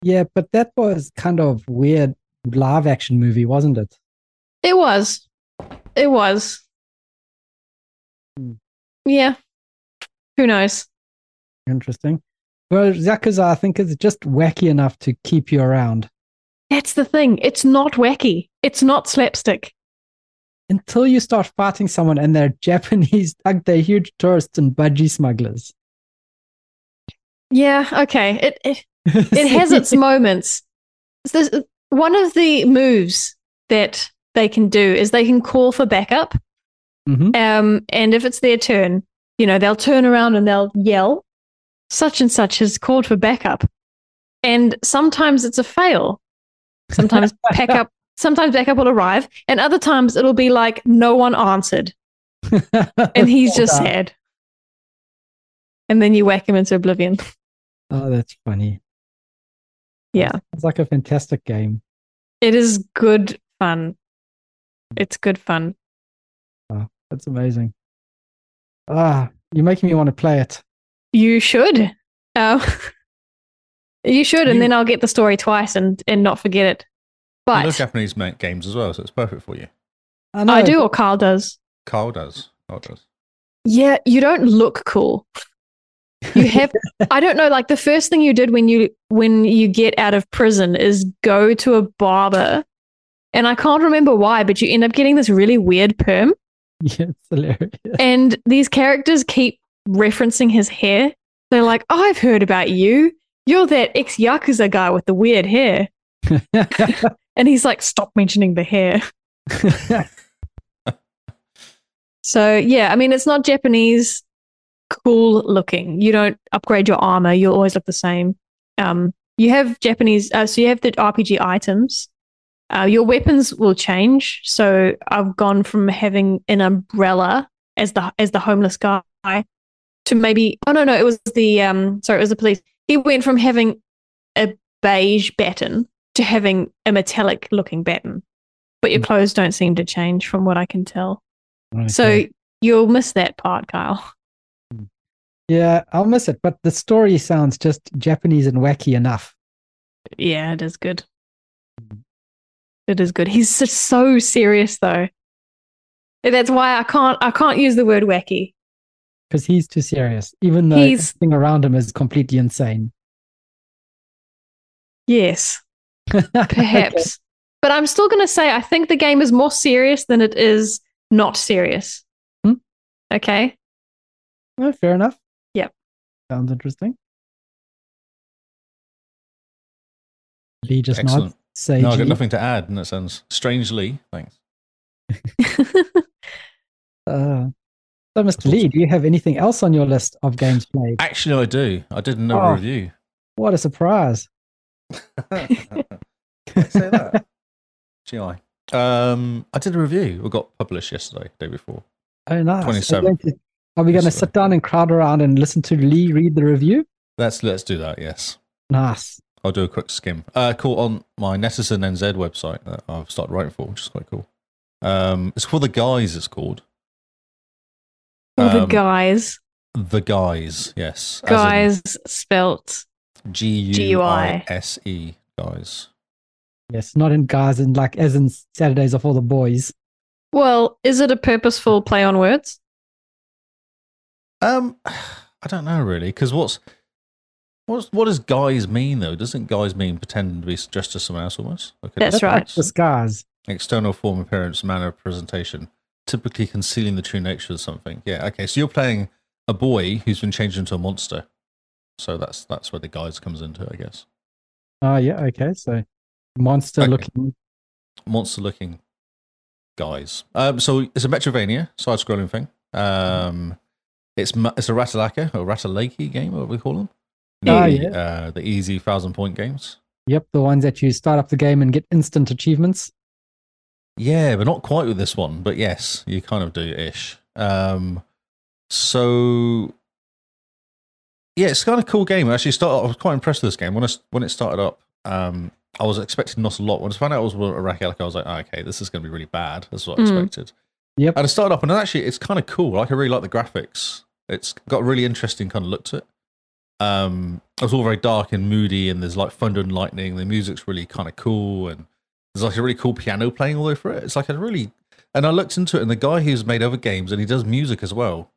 Speaker 1: Yeah, but that was kind of weird live-action movie, wasn't it?
Speaker 3: It was. It was.
Speaker 1: Hmm.
Speaker 3: Yeah. Who knows?
Speaker 1: Interesting. Well, Yakuza, I think, is just wacky enough to keep you around
Speaker 3: That's the thing. It's not wacky. It's not slapstick.
Speaker 1: until you start fighting someone and they're Japanese, like they're huge tourists and budgie smugglers.
Speaker 3: Yeah. Okay. It. it it has its moments. It's this- one of the moves that they can do is they can call for backup.
Speaker 1: Mhm.
Speaker 3: Um, and if it's their turn, you know, they'll turn around and they'll yell, such and such has called for backup. And sometimes it's a fail. Sometimes backup, sometimes backup will arrive, and other times it'll be like no one answered, and he's just
Speaker 1: Hold on.
Speaker 3: sad. And then you whack him into oblivion.
Speaker 1: Oh, that's funny.
Speaker 3: Yeah.
Speaker 1: It's like a fantastic game.
Speaker 3: It is good fun. It's good fun.
Speaker 1: That's amazing. Ah, you're making me want to play it.
Speaker 3: You should. Uh, you should, and then I'll get the story twice and, and not forget it.
Speaker 2: I love
Speaker 3: But
Speaker 2: Japanese ma- games as well, so it's perfect for you.
Speaker 1: know,
Speaker 3: I do, or Carl does.
Speaker 2: Carl does. Carl does.
Speaker 3: Yeah, you don't look cool. You have I don't know, like the first thing you did when you when you get out of prison is go to a barber. And I can't remember why, but you end up getting this really weird perm.
Speaker 1: Yeah, it's hilarious.
Speaker 3: And these characters keep referencing his hair. They're like, oh, I've heard about you. You're that ex Yakuza guy with the weird hair. And he's like, stop mentioning the hair. So, yeah, I mean, it's not Japanese cool looking. You don't upgrade your armor, you always look the same. Um, you have Japanese, uh, so you have the RPG items. Uh, your weapons will change. So I've gone from having an umbrella as the as the homeless guy to maybe oh no no it was the um sorry it was the police. He went from having a beige baton to having a metallic looking baton, but your
Speaker 1: Mm.
Speaker 3: clothes don't seem to change from what I can tell. So
Speaker 1: Okay.
Speaker 3: you'll miss that part, Kyle.
Speaker 1: yeah, I'll miss it, but the story sounds just Japanese and wacky enough.
Speaker 3: Yeah, it is good. Mm-hmm. It is good. He's just so serious though. That's why I can't I can't use the word wacky.
Speaker 1: because he's too serious, even though
Speaker 3: He's-
Speaker 1: everything around him is completely insane.
Speaker 3: Yes, perhaps.
Speaker 1: Okay.
Speaker 3: But I'm still going to say I think the game is more serious than it is not serious.
Speaker 1: Hmm.
Speaker 3: Okay?
Speaker 1: No, Oh, fair enough.
Speaker 3: Yep.
Speaker 1: Sounds interesting. Lee just nods.
Speaker 2: Excellent.
Speaker 1: Say,
Speaker 2: No, I've got nothing to add, and that sounds strangely. Thanks.
Speaker 1: uh, so, Mr. Lee, do you have anything else on your list of games played?
Speaker 2: Actually, I do. I did another
Speaker 1: Oh.
Speaker 2: review.
Speaker 1: What a surprise!
Speaker 2: say that. GI. Um, I did a review. It got published yesterday, day before.
Speaker 1: Oh, nice. Are we
Speaker 2: 27.
Speaker 1: going to- Are we going to
Speaker 2: Yes, sir.
Speaker 1: sit down and crowd around and listen to Lee read the review?
Speaker 2: Let's let's do that. Yes,
Speaker 1: Nice.
Speaker 2: I'll do a quick skim. Uh, cool on my Netizen NZ website that I've started writing for, which is quite cool. Um, it's for the guys. It's called
Speaker 3: All the
Speaker 2: Um,
Speaker 3: guys,
Speaker 2: the guys. Yes, as in
Speaker 3: guys spelt
Speaker 2: G U I S E guys.
Speaker 1: Yes, not in guys and like as in Saturdays are for the boys.
Speaker 3: well, is it a purposeful play on words?
Speaker 2: Um, I don't know really, because what's what's what does guise mean though? Doesn't guise mean pretending to be dressed as someone else almost? Like a-
Speaker 3: That's right.
Speaker 1: like Disguise.
Speaker 2: External form, appearance, manner of presentation, typically concealing the true nature of something. Yeah, okay. So you're playing a boy who's been changed into a monster. So that's that's where the guise comes into, it, I guess.
Speaker 1: Oh yeah, okay. So monster
Speaker 2: Okay.
Speaker 1: looking.
Speaker 2: monster looking guys. Um, so it's a Metroidvania side scrolling thing. Um, it's mu- it's a Ratalaka or Ratalaki game, what we call them.
Speaker 1: Ah,
Speaker 2: the,
Speaker 1: yeah.
Speaker 2: uh, the easy thousand point games.
Speaker 1: Yep, the ones that you start up the game and get instant achievements.
Speaker 2: Yeah, but not quite with this one. But yes, you kind of do ish. Um, so yeah, it's kind of cool game. I actually started. I was quite impressed with this game when I s- when it started up. Um, I was expecting not a lot. When I found out it was a Ratalaka, I was like, oh, okay, this is going to be really bad. That's what I
Speaker 3: Mm.
Speaker 2: expected.
Speaker 1: Yep.
Speaker 2: And I started up, and actually, it's kind of cool. Like I really like the graphics. It's got a really interesting kind of look to it. Um, it was all very dark and moody, and there's like thunder and lightning. The music's really kind of cool, and there's like a really cool piano playing all over it. It's like a really, and I looked into it, and the guy who's made other games, and he does music as well.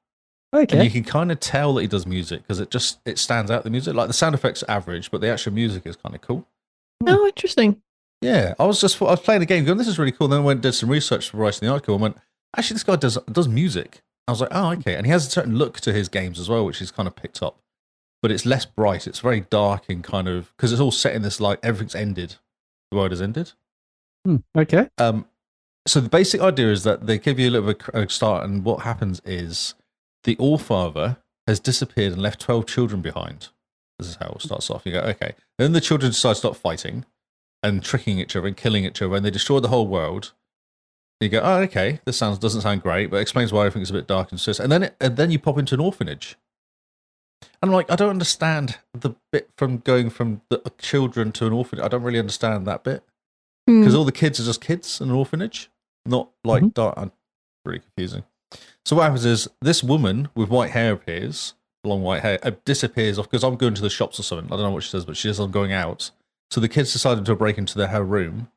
Speaker 2: And
Speaker 1: Okay.
Speaker 2: you can kind of tell that he does music because it just it stands out. The music, like the sound effects, are average, but the actual music is kind of cool.
Speaker 3: Oh, interesting.
Speaker 2: Yeah, I was just I was playing the game, going, "This is really cool." And then I went and did some research for writing the article, and went, "Actually, this guy does does music." I was like, "Oh, okay." And he has a certain look to his games as well, which he's kind of picked up. But it's less bright. It's very dark and kind of because it's all set in this like everything's ended, the world has ended.
Speaker 1: Hmm, okay.
Speaker 2: Um, so the basic idea is that they give you a little bit of a start, and what happens is the Allfather has disappeared and left twelve children behind. This is how it starts off. You go, okay. Then the children decide to stop fighting and tricking each other and killing each other, and they destroy the whole world. You go, oh, okay. This sounds doesn't sound great, but it explains why everything's a bit dark and sus. And then it, and then you pop into an orphanage. And I'm like, I don't understand the bit from going from the children to an orphanage. I don't really understand that bit
Speaker 3: Hmm.
Speaker 2: because all the kids are just kids in an orphanage, not like dark. I'm really confusing. So what happens is this woman with white hair appears, long white hair, uh, disappears off because I'm going to the shops or something. I don't know what she says, but she says I'm going out. So the kids decided to break into their, her room,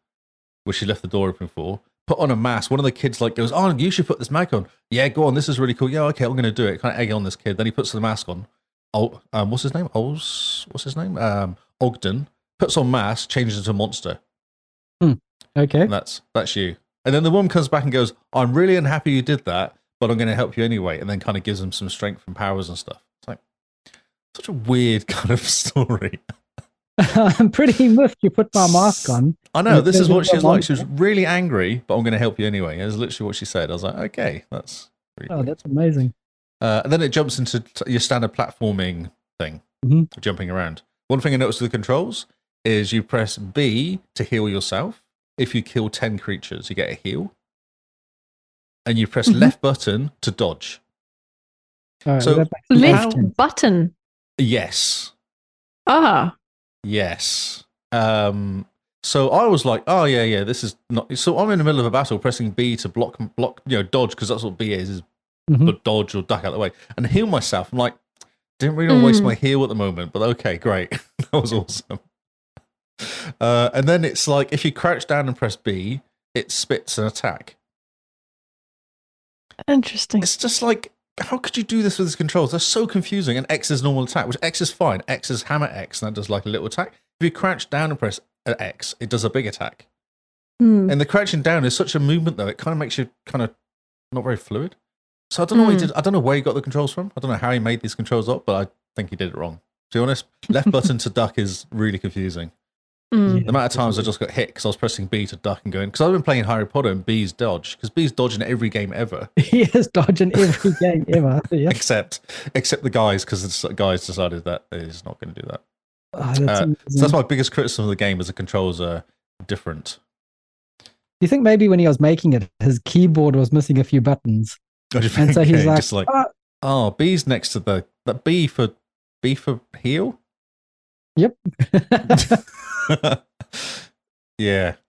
Speaker 2: which she left the door open for. Put on a mask. One of the kids like goes, "Oh, you should put this mask on." Yeah, go on. This is really cool. Yeah, okay, I'm going to do it. Kind of egg on this kid. Then he puts the mask on. Oh, um, what's his name? Ols, what's his name? Um, Ogden puts on mask, changes into a monster.
Speaker 1: Okay.
Speaker 2: And that's that's you. And then the woman comes back and goes, "I'm really unhappy you did that, but I'm going to help you anyway." And then kind of gives them some strength and powers and stuff. It's like such a weird kind of story.
Speaker 1: I'm pretty miffed you put my mask on.
Speaker 2: I know
Speaker 1: And
Speaker 2: this is
Speaker 1: there's
Speaker 2: what
Speaker 1: a
Speaker 2: she's like. She was
Speaker 1: monster.
Speaker 2: really angry, but I'm going to help you anyway. That's literally what she said. I was like, "Okay, that's." Really
Speaker 1: Oh,
Speaker 2: weird."
Speaker 1: that's amazing.
Speaker 2: Uh, and then it jumps into t- your standard platforming thing,
Speaker 1: Mhm.
Speaker 2: jumping around. One thing I noticed with the controls is you press B to heal yourself. If you kill 10 creatures, you get a heal. And you press
Speaker 3: Mhm.
Speaker 2: left button to dodge.
Speaker 1: All right,
Speaker 2: So,
Speaker 1: that makes more
Speaker 3: Left
Speaker 1: sense.
Speaker 3: button.
Speaker 2: Yes.
Speaker 3: Ah,
Speaker 2: Yes. Um, so I was like, oh, yeah, yeah, this is not. So I'm in the middle of a battle pressing B to block, block you know, dodge, because that's what B is, is
Speaker 1: Mhm.
Speaker 2: but dodge or duck out of the way and heal myself. I'm like, didn't really want to waste
Speaker 3: Mm.
Speaker 2: my heal at the moment, but okay, great. that was awesome. Uh, and then it's like if you crouch down and press B, it spits an attack.
Speaker 3: interesting.
Speaker 2: It's just like, how could you do this with these controls? They're so confusing. And X is normal attack, which X is fine. X is hammer X, and that does like a little attack. If you crouch down and press uh, X, it does a big attack.
Speaker 3: Hmm.
Speaker 2: And the crouching down is such a movement though; it kind of makes you kind of not very fluid. So I don't know what he
Speaker 3: Hmm.
Speaker 2: did. I don't know where he got the controls from. I don't know how he made these controls up, but I think he did it wrong. To be honest, left button to duck is really confusing.
Speaker 3: Hmm.
Speaker 2: The amount of times I just got hit because I was pressing B to duck and going because I've been playing Harry Potter and B's dodge because B's dodging every game ever
Speaker 1: he is dodging every game ever. Yeah.
Speaker 2: except except the guys because the guys decided that he's not going to do that.
Speaker 1: Oh, that's
Speaker 2: Uh,
Speaker 1: amazing.
Speaker 2: So that's my biggest criticism of the game is the controls are different.
Speaker 1: Do you think maybe when he was making it, his keyboard was missing a few buttons, and so he's like,
Speaker 2: just like
Speaker 1: "Ah,
Speaker 2: Oh, B's next to the that B for B for heel. yeah.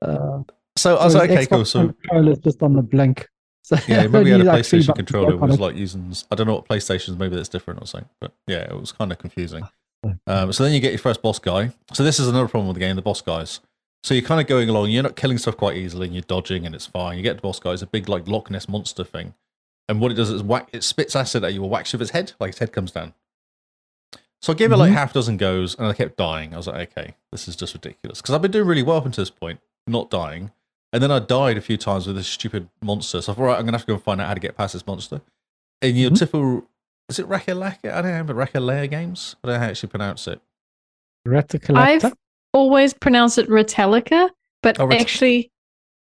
Speaker 1: uh,
Speaker 2: Oh, So I was
Speaker 1: so
Speaker 2: like,
Speaker 1: his
Speaker 2: okay, cool.
Speaker 1: Xbox
Speaker 2: So
Speaker 1: controller's just on the blink. So
Speaker 2: yeah, maybe he had
Speaker 1: only,
Speaker 2: a
Speaker 1: like, three
Speaker 2: PlayStation
Speaker 1: buttons
Speaker 2: controller.
Speaker 1: work
Speaker 2: It
Speaker 1: on
Speaker 2: was
Speaker 1: it.
Speaker 2: like using I don't know what PlayStation's. Maybe that's different or something. But yeah, it was kind of confusing.
Speaker 1: Oh, okay.
Speaker 2: Um, so then you get your first boss guy. So this is another problem with the game: the boss guys. So you're kind of going along. You're not killing stuff quite easily, and you're dodging, and it's fine. You get the boss guy. It's a big like Loch Ness monster thing, and what it does is whack. It spits acid at you or whacks you with its head. Like its head comes down. So I gave it like
Speaker 1: Mhm.
Speaker 3: Mm-hmm.
Speaker 2: half a dozen goes, and I kept dying. I was like, okay, this is just ridiculous because I've been doing really well up until this point, not dying. And then I died a few times with this stupid monster. So I thought, right, I'm gonna have to go and find out how to get past this monster. In your
Speaker 3: Mm-hmm.
Speaker 1: Mhm.
Speaker 2: typical, is it Rakalaka? I don't know, but Rakalaya games. I don't know how to actually pronounce it.
Speaker 1: Reticolata.
Speaker 3: I've
Speaker 2: Uh,
Speaker 3: always pronounced it Retallica, but
Speaker 2: Oh, Ret-
Speaker 3: actually,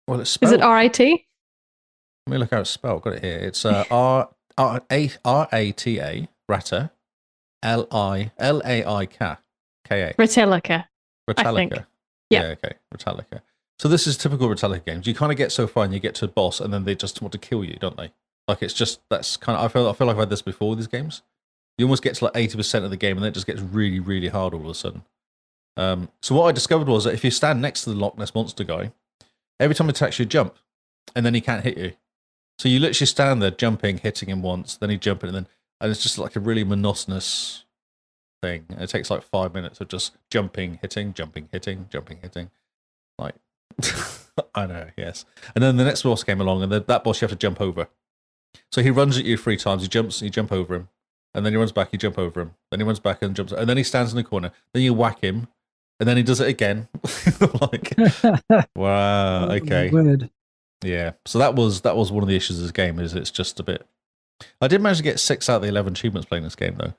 Speaker 2: Well, it's
Speaker 3: is
Speaker 2: spelled.
Speaker 3: it R I T?
Speaker 2: Let me look how it's spelled. Got it here. It's uh, R R A R A T A Rata L I L A I K K
Speaker 3: Retallica.
Speaker 2: A
Speaker 3: I think.
Speaker 2: Metallica.
Speaker 3: Yeah.
Speaker 2: Okay. Metallica. So this is typical Metallica games. You kind of get so far and you get to a boss, and then they just want to kill you, don't they? Like it's just that's kind of I feel I feel like I've had this before with these games. You almost get to like eighty percent of the game, and then it just gets really really hard all of a sudden. Um, so what I discovered was that if you stand next to the Loch Ness monster guy, every time he attacks you, jump, and then he can't hit you. So you literally stand there jumping, hitting him once, then he jumping, and then and it's just like a really monotonous thing. And it takes like five minutes of just jumping, hitting, jumping, hitting, jumping, hitting. Like I know, yes. And then the next boss came along, and the, that boss you have to jump over. So he runs at you three times. You jumps, you jump over him, and then he runs back. You jump over him. Then he runs back and jumps, and then he stands in the corner. Then you whack him, and then he does it again. like wow, okay.
Speaker 1: Oh, Word.
Speaker 2: Yeah. So that was that was one of the issues of this game is it's just a bit. I did manage to get six out of the eleven achievements playing this game though,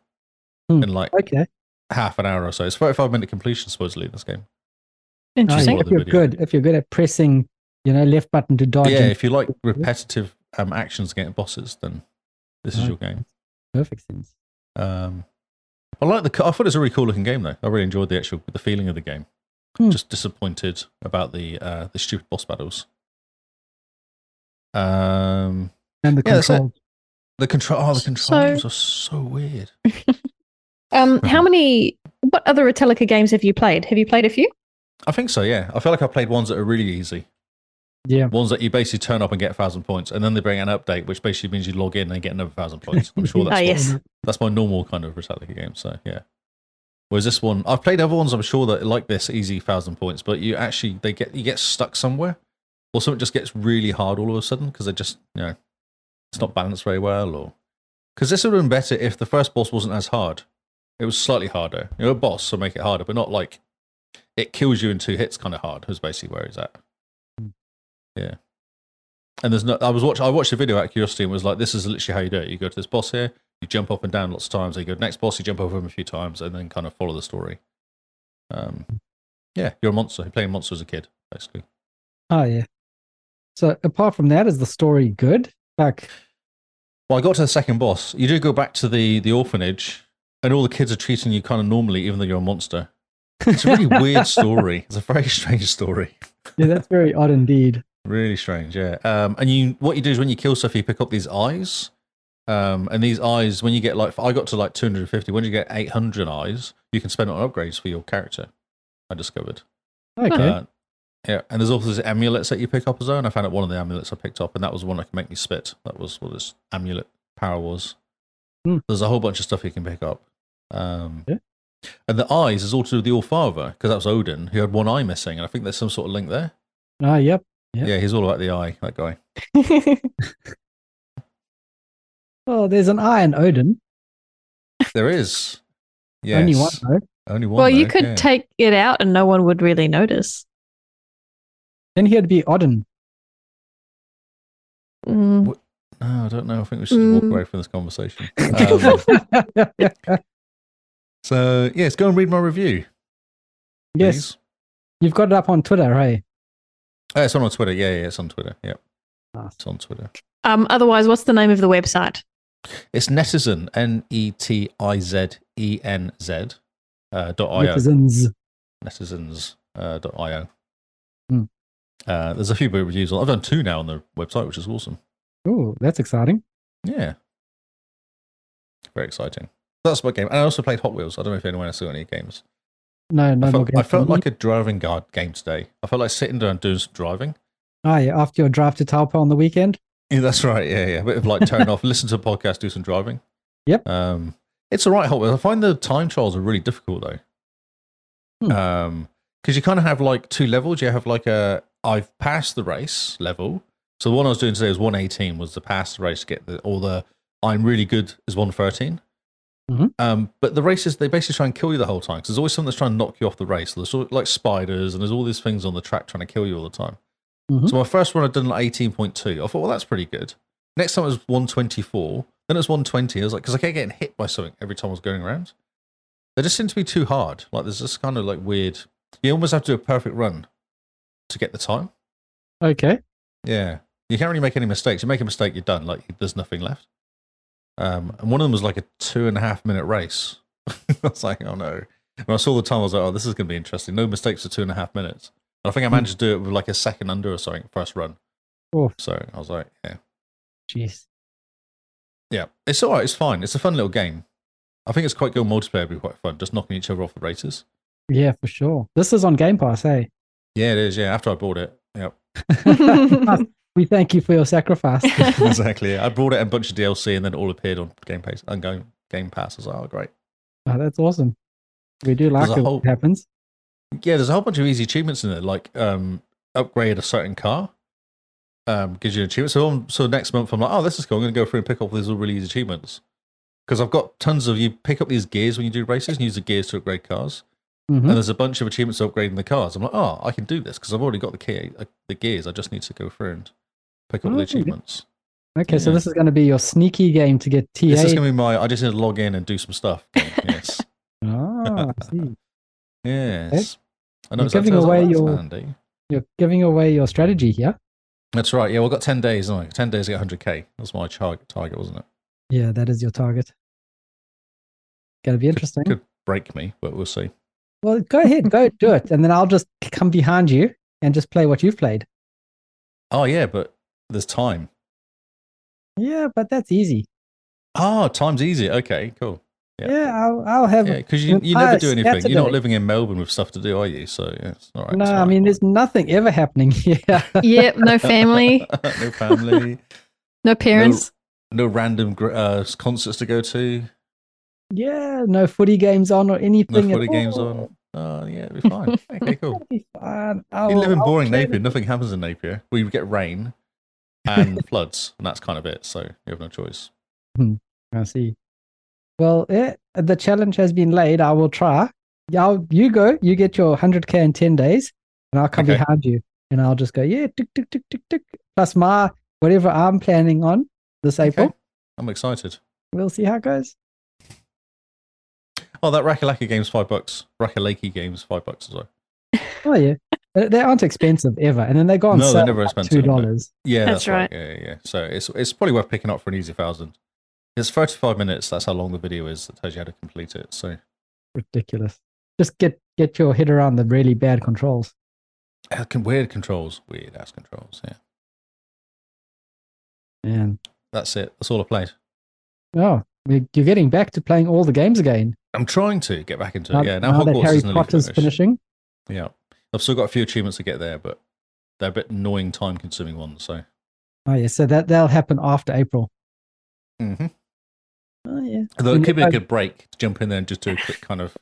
Speaker 1: Hmm.
Speaker 2: in like
Speaker 1: Okay.
Speaker 2: half an hour or so. It's forty-five minute completion supposedly in this game.
Speaker 1: Oh,
Speaker 3: Interesting.
Speaker 1: yeah, if you're
Speaker 2: Video.
Speaker 1: good, if you're good at pressing, you know, left button to dodge.
Speaker 2: yeah,
Speaker 1: and-
Speaker 2: if you like repetitive um, actions against bosses, then this is
Speaker 1: Right.
Speaker 2: your game.
Speaker 1: perfect sense.
Speaker 2: Um, I like the. co- I thought it was a really cool looking game though. I really enjoyed the actual the feeling of the game.
Speaker 1: Hmm.
Speaker 2: Just disappointed about the uh, the stupid boss battles. Um,
Speaker 1: And the
Speaker 2: Yeah, that's it.
Speaker 1: control.
Speaker 2: the control. Oh, the
Speaker 3: So-
Speaker 2: controls are so weird.
Speaker 3: Um, how many? What other Retallica games have you played? Have you played a few?
Speaker 2: I think so, yeah. I feel like I've played ones that are really easy.
Speaker 1: Yeah.
Speaker 2: Ones that you basically turn up and get a thousand points, and then they bring out an update, which basically means you log in and get another thousand points. I'm sure that's,
Speaker 1: Oh,
Speaker 3: Ah,
Speaker 2: what-
Speaker 3: yes.
Speaker 2: that's my normal kind of Metallica game, so yeah. Whereas this one, I've played other ones I'm sure that are like this easy thousand points, but you actually they get you get stuck somewhere, or something just gets really hard all of a sudden because they just you know it's not balanced very well, or because this would have been better if the first boss wasn't as hard. It was slightly harder. You know, a boss, so make it harder, but not like it kills you in two hits kind of hard is basically where he's at yeah and there's no i was watching i watched a video out of curiosity and was like this is literally how you do it you go to this boss here you jump up and down lots of times then you go to the next boss you jump over him a few times and then kind of follow the story um yeah you're a monster you're playing monster as a kid basically
Speaker 1: Oh yeah. So apart from that, is the story good? Like
Speaker 2: well i got to the second boss you do go back to the the orphanage and all the kids are treating you kind of normally even though you're a monster it's a really weird story it's a very strange story
Speaker 1: yeah, that's very odd indeed.
Speaker 2: Really strange, yeah. Um, and you, what you do is when you kill stuff, you pick up these eyes. Um, and these eyes, when you get like, I got to like 250. When you get 800 eyes, you can spend it on upgrades for your character. I discovered.
Speaker 1: Okay.
Speaker 2: Uh, yeah, and there's also these amulets that you pick up as well. And I found out one of the amulets I picked up, and that was one that could make me spit. That was what this amulet power was.
Speaker 1: Hmm.
Speaker 2: There's a whole bunch of stuff you can pick up. Um,
Speaker 1: Yeah.
Speaker 2: And the eyes is all to do with the All Father, because that was Odin, who had one eye missing. And I think there's some sort of link there.
Speaker 1: oh yep. Yeah.
Speaker 2: Yeah, he's all about the eye, that guy.
Speaker 1: Oh, there's an eye in Odin.
Speaker 2: There is. Yes.
Speaker 1: Only one though.
Speaker 2: Only one.
Speaker 3: well, you
Speaker 2: though,
Speaker 3: could
Speaker 2: yeah.
Speaker 3: take it out and no one would really notice.
Speaker 1: Then he'd be Odin.
Speaker 3: Mm.
Speaker 2: No, I don't know. I think we should just
Speaker 3: Mm.
Speaker 2: walk away from this conversation. Um, so, yes, go and read my review.
Speaker 1: yes.
Speaker 2: please.
Speaker 1: You've got it up on Twitter, hey?
Speaker 2: Oh, it's on, on Twitter. Yeah, yeah, it's on Twitter. Yeah,
Speaker 1: Nice.
Speaker 2: it's on Twitter.
Speaker 3: Um, otherwise, what's the name of the website?
Speaker 2: It's Netizen, N E T I Z E N Z uh, dot io.
Speaker 1: Netizens.
Speaker 2: Netizens uh, dot io.
Speaker 1: Hmm.
Speaker 2: Uh, there's a few book reviews. on- I've done two now on the website, which is awesome.
Speaker 1: Oh, that's exciting.
Speaker 2: Yeah. Very exciting. That's my game. And I also played Hot Wheels. I don't know if anyone else saw any games.
Speaker 1: No, no more
Speaker 2: I felt, I
Speaker 1: games
Speaker 2: felt
Speaker 1: for me.
Speaker 2: like a driving guard game today. I felt like sitting down and doing some driving.
Speaker 1: Oh, yeah, after your drive to Taupo on the weekend.
Speaker 2: Yeah, that's right. Yeah, yeah. A bit of like turn off, listen to a podcast, do some driving.
Speaker 1: Yep.
Speaker 2: Um, it's all right, Hot Wheels. I find the time trials are really difficult though.
Speaker 1: Hmm.
Speaker 2: Um, because you kind of have like two levels. You have like a I've passed the race level. So the one I was doing today was 118 was the pass the race to get the, all the I'm really good is 113.
Speaker 1: Mhm.
Speaker 2: Um, but the races, they basically try and kill you the whole time 'cause there's always something that's trying to knock you off the race. There's all, like spiders and there's all these things on the track trying to kill you all the time.
Speaker 1: Mhm.
Speaker 2: So my first one I'd done like 18.2. I thought, well, that's pretty good. Next time it was 124. Then it was 120. I was like, because I kept getting hit by something every time I was going around. They just seem to be too hard. Like there's this kind of like weird. You almost have to do a perfect run to get the time.
Speaker 1: Okay.
Speaker 2: Yeah. You can't really make any mistakes. You make a mistake, you're done. Like there's nothing left. Um, and one of them was like a two and a half minute race. I was like, oh no. When I saw the time, I was like, oh, this is going to be interesting. No mistakes for two and a half minutes. And I think I managed to do it with like a second under or something first run.
Speaker 1: Oh.
Speaker 2: So I was like, yeah,
Speaker 1: Jeez.
Speaker 2: yeah. It's all right. It's fine. It's a fun little game. I think it's quite good multiplayer. It'd be quite fun, just knocking each other off the races.
Speaker 1: Yeah, for sure. This is on Game Pass, hey.
Speaker 2: Yeah, it is. Yeah, after I bought it. Yep,
Speaker 1: we thank you for your sacrifice.
Speaker 2: exactly. I bought it and a bunch of DLC, and then it all appeared on Game Pass. And Game Game Pass. I was like, oh, great.
Speaker 1: Oh, that's awesome. We do like
Speaker 2: There's a
Speaker 1: it when
Speaker 2: whole-
Speaker 1: it happens.
Speaker 2: Yeah, there's a whole bunch of easy achievements in there, like um, upgrade a certain car um, gives you an achievement. So, on, so next month I'm like, oh, this is cool. I'm going to go through and pick up all these really easy achievements because I've got tons of you pick up these gears when you do races and use the gears to upgrade cars.
Speaker 1: Mhm.
Speaker 2: And there's a bunch of achievements for upgrading the cars. I'm like, oh, I can do this because I've already got the key, uh, the gears. I just need to go through and pick up
Speaker 1: Oh,
Speaker 2: the
Speaker 1: yeah.
Speaker 2: achievements.
Speaker 1: Okay, so
Speaker 2: yeah.
Speaker 1: this is going to be your sneaky game to get TA.
Speaker 2: This is going to be my. I just need to log in and do some stuff. yes,
Speaker 1: Ah, I see.
Speaker 2: yes. I know
Speaker 1: You're
Speaker 2: it's that
Speaker 1: giving
Speaker 2: sounds like
Speaker 1: away
Speaker 2: that's
Speaker 1: your-
Speaker 2: handy.
Speaker 1: You're giving away your strategy here.
Speaker 2: That's right. Yeah, well, I got 10 days, haven't I? 10 days to get 100K. That's my char- target, wasn't it?
Speaker 1: Yeah, that is your target. Gotta be interesting.
Speaker 2: Could break me, but we'll see.
Speaker 1: Well, go ahead, go do it, and then I'll just come behind you and just play what you've played.
Speaker 2: Oh, yeah, but there's time.
Speaker 1: Yeah, but that's easy.
Speaker 2: Ah, time's easy. Okay, cool. Yeah.
Speaker 1: Yeah, I'll, I'll have.
Speaker 2: Yeah, because you,
Speaker 1: an
Speaker 2: you never
Speaker 1: entire
Speaker 2: do anything. You're not
Speaker 1: Saturday.
Speaker 2: living in Melbourne with stuff to do, are you? So, yeah, it's all right.
Speaker 1: no,
Speaker 2: it's
Speaker 1: I
Speaker 2: fine.
Speaker 1: mean, there's nothing ever happening here.
Speaker 3: yep, no family,
Speaker 2: no family,
Speaker 3: no parents.
Speaker 2: no random gr- uh, concerts to go to,
Speaker 1: yeah, no footy games on or
Speaker 2: no
Speaker 1: anything. at
Speaker 2: footy games
Speaker 1: all.
Speaker 2: on. Oh, yeah, it'll be fine. okay, cool.
Speaker 1: That'd be fun.
Speaker 2: You
Speaker 1: I'll-
Speaker 2: live in
Speaker 1: I'll
Speaker 2: boring
Speaker 1: play
Speaker 2: Napier. Nothing happens in Napier. We get rain and floods, and that's kind of it. So, you have no choice.
Speaker 1: I see. Well, yeah, the challenge has been laid. I will try. Yeah, I'll, you go. You get your 100k in 10 days, and I'll come
Speaker 2: Okay.
Speaker 1: behind you, and I'll just go, yeah, tick, tick, tick, tick, tick. Plus my whatever I'm planning on this
Speaker 2: Okay.
Speaker 1: April.
Speaker 2: I'm excited.
Speaker 1: We'll see how it goes.
Speaker 2: Oh, that Rakalaki game's five bucks. Rakalaki game's five bucks as well.
Speaker 1: Oh yeah, they they aren't expensive ever, and then they go on
Speaker 2: No, they're
Speaker 1: sale
Speaker 2: never
Speaker 1: for like
Speaker 2: expensive,
Speaker 1: Two dollars.
Speaker 2: Yeah,
Speaker 3: That's
Speaker 2: that's, right. Yeah, yeah, yeah. So it's it's probably worth picking up for an easy thousand. It's 35 minutes. That's how long the video is. That tells you how to complete it. So
Speaker 1: Ridiculous. Just get get your head around the really bad controls.
Speaker 2: Uh, con- weird controls, weird ass controls. Yeah,
Speaker 1: And
Speaker 2: that's it. That's all I played.
Speaker 1: oh, we- you're getting back to playing all the games again.
Speaker 2: I'm trying to get back into
Speaker 1: now,
Speaker 2: it. Yeah, now,
Speaker 1: now that
Speaker 2: Hogwarts
Speaker 1: Harry
Speaker 2: is nearly
Speaker 1: Potter's
Speaker 2: finished.
Speaker 1: finishing.
Speaker 2: Yeah, I've still got a few achievements to get there, but they're a bit annoying, time-consuming ones. So
Speaker 1: Oh yeah, so that that'll happen after April.
Speaker 2: mm-hmm.
Speaker 1: Oh yeah.
Speaker 2: though
Speaker 1: You
Speaker 2: it could be
Speaker 1: know,
Speaker 2: a good break to jump in there and just do a quick kind of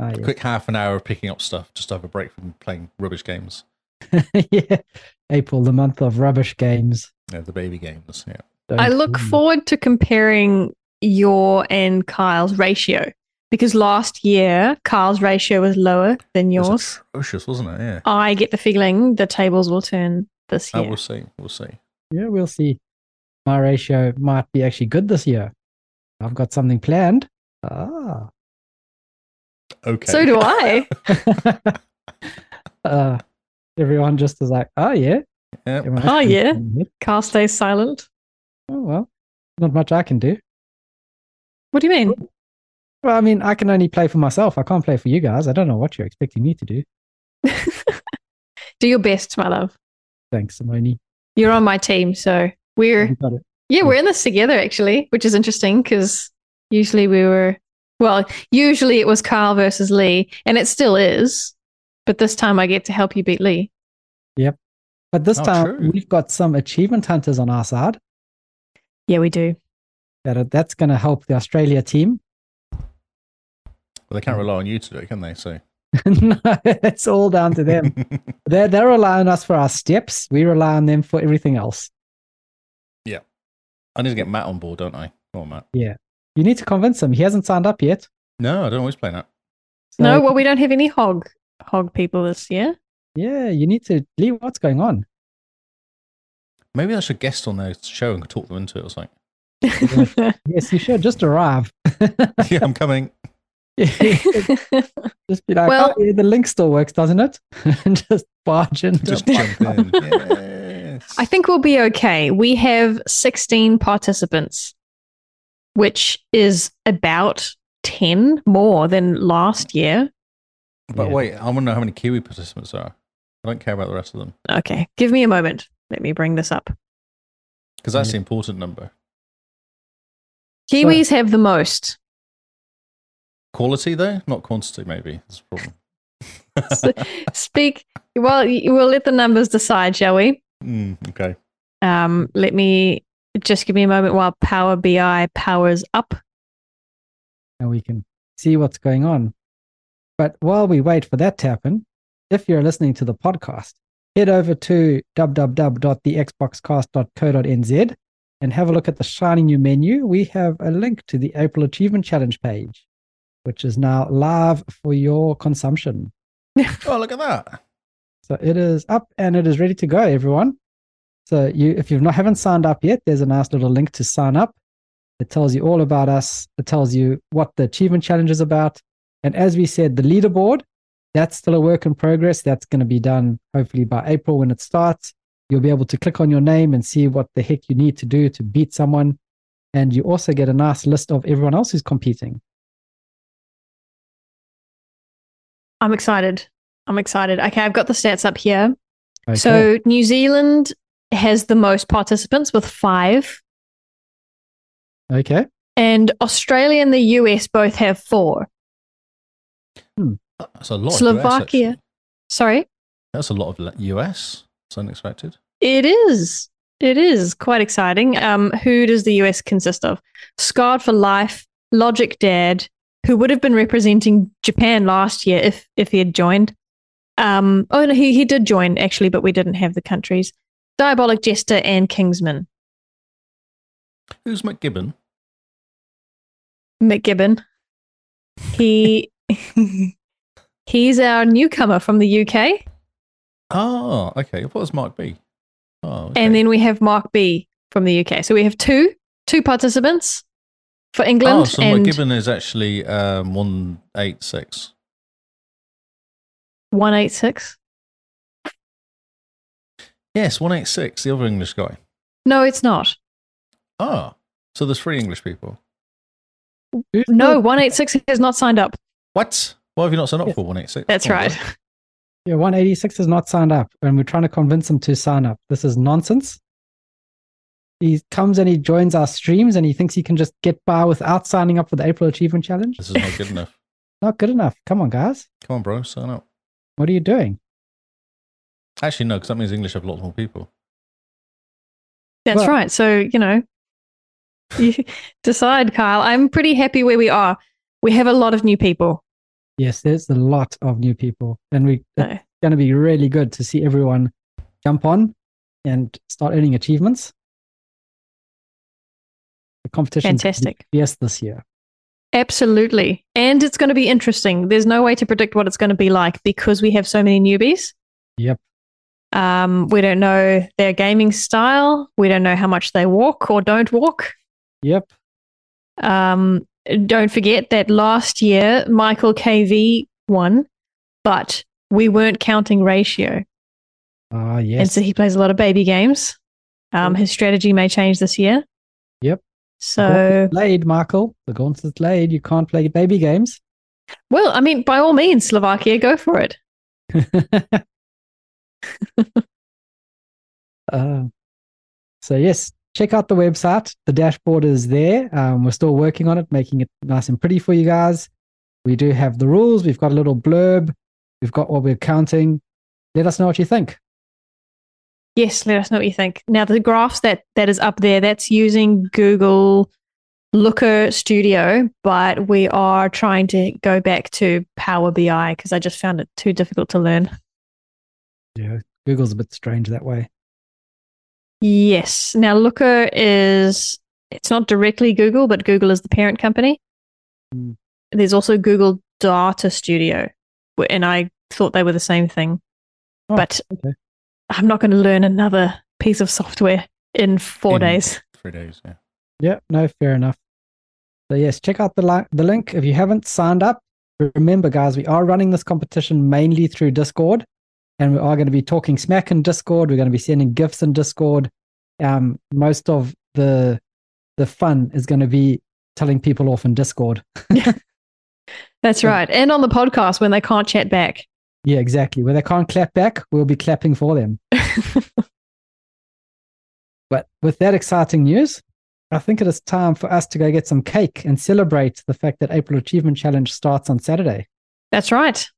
Speaker 1: Oh, yeah.
Speaker 2: quick half an hour of picking up stuff just to have a break from playing rubbish games.
Speaker 1: yeah. April, the month of rubbish games.
Speaker 2: Yeah, the baby games. Yeah.
Speaker 1: Don't
Speaker 3: I look
Speaker 1: do.
Speaker 3: forward to comparing your and Kyle's ratio because last year Kyle's ratio was lower than
Speaker 2: It was
Speaker 3: yours.
Speaker 2: atrocious, wasn't it? Yeah.
Speaker 3: I get the feeling the tables will turn this
Speaker 2: Oh,
Speaker 3: year.
Speaker 2: we'll see. We'll see.
Speaker 1: Yeah, we'll see. My ratio might be actually good this year. I've got something planned. Ah.
Speaker 2: Okay.
Speaker 3: So do I.
Speaker 1: uh, everyone just is like, oh yeah.
Speaker 2: Yeah.
Speaker 1: Everyone
Speaker 3: Oh,
Speaker 1: else is
Speaker 3: yeah.
Speaker 1: doing it.
Speaker 3: Kyle stays silent.
Speaker 1: Oh well. Not much I can do.
Speaker 3: What do you mean?
Speaker 1: Well, I mean, I can only play for myself. I can't play for you guys. I don't know what you're expecting me to do.
Speaker 3: Do your best, my love.
Speaker 1: Thanks, Simone.
Speaker 3: You're on my team, so we're
Speaker 1: You got it.
Speaker 3: Yeah, we're in this together actually, which is interesting because usually we were, well, usually it was Carl versus Lee, and it still is. But this time I get to help you beat Lee.
Speaker 1: But this
Speaker 2: Oh,
Speaker 1: time
Speaker 2: true.
Speaker 1: we've got some achievement hunters on our side.
Speaker 3: Yeah, we do.
Speaker 1: That are, that's going to help the Australia team.
Speaker 2: Well, they can't rely on you to do it, can they? So.
Speaker 1: no, it's all down to them. They they rely on us for our steps. We rely on them for everything else.
Speaker 2: I need to get Matt on board, don't I? Come on, Matt.
Speaker 1: You need to convince him. He hasn't signed up yet.
Speaker 2: No, I don't always play that.
Speaker 1: So,
Speaker 3: no, well, we don't have any hog hog people this year.
Speaker 1: yeah, you need to Lee, what's going on.
Speaker 2: Maybe I should guest on their show and talk them into it or something.
Speaker 1: Yes, you should just arrive.
Speaker 2: yeah, I'm coming.
Speaker 1: just be like,
Speaker 3: Well-
Speaker 1: oh, yeah, the link still works, doesn't it? and just barge in.
Speaker 2: Just jump in. Yes.
Speaker 3: I think we'll be okay. We have 16 participants, which is about 10 more than last year.
Speaker 2: But
Speaker 1: Yeah.
Speaker 2: wait, I want to know how many Kiwi participants there are. I don't care about the rest of them
Speaker 3: Okay, give me a moment. Let me bring this up.
Speaker 2: because that's
Speaker 1: Yeah.
Speaker 2: the important number.
Speaker 3: Kiwis have the most.
Speaker 2: Quality though, not quantity. Maybe that's the problem.
Speaker 3: So, Speak. Well, y- we'll let the numbers decide, shall we?
Speaker 2: Mm, okay.
Speaker 3: Um, let me just give me a moment while Power BI powers up.
Speaker 1: and we can see what's going on. But while we wait for that to happen, if you're listening to the podcast, head over to www.thexboxcast.co.nz and have a look at the shiny new menu. We have a link to the April Achievement Challenge page, which is now live for your consumption.
Speaker 2: Oh, look at that.
Speaker 1: So it is up and it is ready to go, everyone. So you, if you not haven't signed up yet, there's a nice little link to sign up. It tells you all about us. It tells you what the achievement challenge is about. And as we said, the leaderboard, that's still a work in progress. That's going to be done hopefully by April when it starts. You'll be able to click on your name and see what the heck you need to do to beat someone. And you also get a nice list of everyone else who's competing.
Speaker 3: I'm excited. I'm excited. Okay, I've got the stats up here.
Speaker 1: Okay.
Speaker 3: So New Zealand has the most participants with five,
Speaker 1: okay.
Speaker 3: and Australia and the US both have four.
Speaker 2: That's a lot.
Speaker 3: Slovakia.
Speaker 2: Of US, actually.
Speaker 3: Sorry,
Speaker 2: that's a lot of le- US. It's unexpected.
Speaker 3: it is. It is quite exciting. Um, who does the US consist of? Scarred for Life, Logic Dad, who would have been representing Japan last year if if he had joined. Um, oh no, he he did join actually, but we didn't have the countries. Diabolic Jester and Kingsman.
Speaker 2: Who's McGibbon?
Speaker 3: McGibbon. He he's our newcomer from the UK,
Speaker 2: Oh, okay. What was Mark B? Oh, okay.
Speaker 3: and then we have Mark B from the UK. So we have two two participants for England.
Speaker 2: oh, so
Speaker 3: and
Speaker 2: McGibbon is actually um, one eight six.
Speaker 3: One eight six.
Speaker 2: Yes, one eight six. The other English guy.
Speaker 3: No, it's not.
Speaker 2: Ah, so there's three English people.
Speaker 1: Who's
Speaker 3: No,
Speaker 1: the-
Speaker 3: one eight six has not signed up.
Speaker 2: What? Why have you not signed up for one eight six?
Speaker 3: That's right.
Speaker 1: Yeah, 186 is not signed up, and we're trying to convince him to sign up. This is nonsense. He comes and he joins our streams, and he thinks he can just get by without signing up for the April Achievement Challenge.
Speaker 2: This is not good enough.
Speaker 1: Not good enough. Come on, guys.
Speaker 2: Come on, bro, sign up.
Speaker 1: What are you doing?
Speaker 2: Actually, no, because that means English have a lot more people.
Speaker 3: That's
Speaker 1: Well-
Speaker 3: right. So you know, you decide, Kyle. I'm pretty happy where we are. We have a lot of new people.
Speaker 1: Yes, there's a lot of new people, and we
Speaker 3: No.
Speaker 1: it's going to be really good to see everyone jump on and start earning achievements. The competition
Speaker 3: Fantastic.
Speaker 1: Yes, this year.
Speaker 3: Absolutely. And it's going to be interesting. There's no way to predict what it's going to be like because we have so many newbies.
Speaker 1: Yep.
Speaker 3: Um, we don't know their gaming style. We don't know how much they walk or don't walk.
Speaker 1: Yep.
Speaker 3: Um, don't forget that last year, Michael KV won, but we weren't counting ratio.
Speaker 1: Ah,
Speaker 3: And
Speaker 1: yes.
Speaker 3: so he plays a lot of baby games. Um, his strategy may change this year.
Speaker 1: Yep.
Speaker 3: So,
Speaker 1: Laid, Michael. The gauntlet's laid. You can't play baby games.
Speaker 3: well, I mean, by all means, Slovakia, go for it.
Speaker 1: Uh, so yes, check out the website. The dashboard is there. Um, we're still working on it, making it nice and pretty for you guys. We do have the rules. We've got a little blurb. We've got what we're counting. Let us know what you think.
Speaker 3: Yes, let us know what you think. Now the graphs that that is up there, that's using Google Looker Studio, but we are trying to go back to Power BI because I just found it too difficult to learn.
Speaker 1: Yeah, Google's a bit strange that way.
Speaker 3: Yes. Now Looker is it's not directly Google, but Google is the parent company.
Speaker 1: Hmm.
Speaker 3: There's also Google Data Studio, wh- and I thought they were the same thing.
Speaker 1: Oh,
Speaker 3: but
Speaker 1: okay.
Speaker 3: I'm not going to learn another piece of software in four
Speaker 2: In-
Speaker 3: days.
Speaker 2: Three days. Yeah.
Speaker 1: Yeah, no, fair enough. So yes, check out the li- the link if you haven't signed up. Remember, guys, we are running this competition mainly through Discord, and we are going to be talking smack in Discord. We're going to be sending gifts in Discord. Um, most of the the fun is going to be telling people off in Discord.
Speaker 3: That's
Speaker 1: Yeah.
Speaker 3: right. And on the podcast when they can't chat back.
Speaker 1: Yeah, exactly. Where they can't clap back, we'll be clapping for them. But with that exciting news, I think it is time for us to go get some cake and celebrate the fact that April Achievement Challenge starts on Saturday.
Speaker 3: That's right.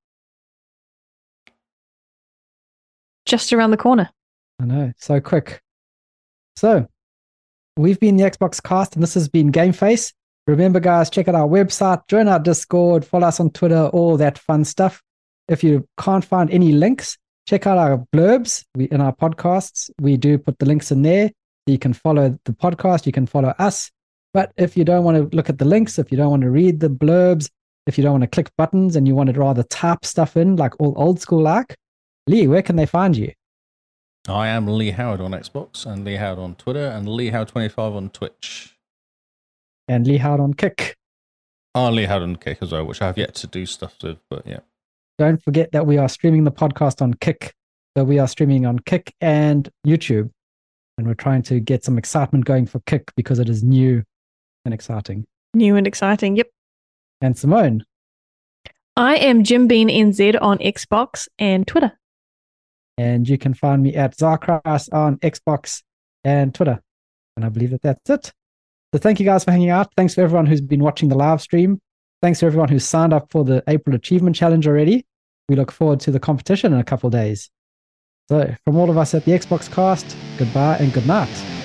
Speaker 3: Just around the corner.
Speaker 1: I know, so quick. So, we've been the Xbox cast, and this has been Game Face. Remember, guys, check out our website, join our Discord, follow us on Twitter, all that fun stuff. If you can't find any links, check out our blurbs we, in our podcasts. We do put the links in there. You can follow the podcast, you can follow us. But if you don't want to look at the links, if you don't want to read the blurbs, if you don't want to click buttons and you want to rather type stuff in like all old school like, Lee, where can they find you?
Speaker 2: I am Lee Howard on Xbox and Lee Howard on Twitter and Lee Howard25 on Twitch.
Speaker 1: And Lee Howard on Kick.
Speaker 2: Oh, Lee Howard on Kick as well, which I have yet to do stuff with, but yeah.
Speaker 1: Don't forget that we are streaming the podcast on Kick. So we are streaming on Kick and YouTube. And we're trying to get some excitement going for Kick because it is new and exciting.
Speaker 3: New and exciting. Yep.
Speaker 1: And Simone,
Speaker 3: I am Jim Bean NZ on Xbox and Twitter.
Speaker 1: and you can find me at Zarkras on Xbox and Twitter. And I believe that that's it. So thank you guys for hanging out. Thanks for everyone who's been watching the live stream. Thanks to everyone who signed up for the April Achievement Challenge already. We look forward to the competition in a couple of days. So from all of us at the Xbox Cast, goodbye and good night.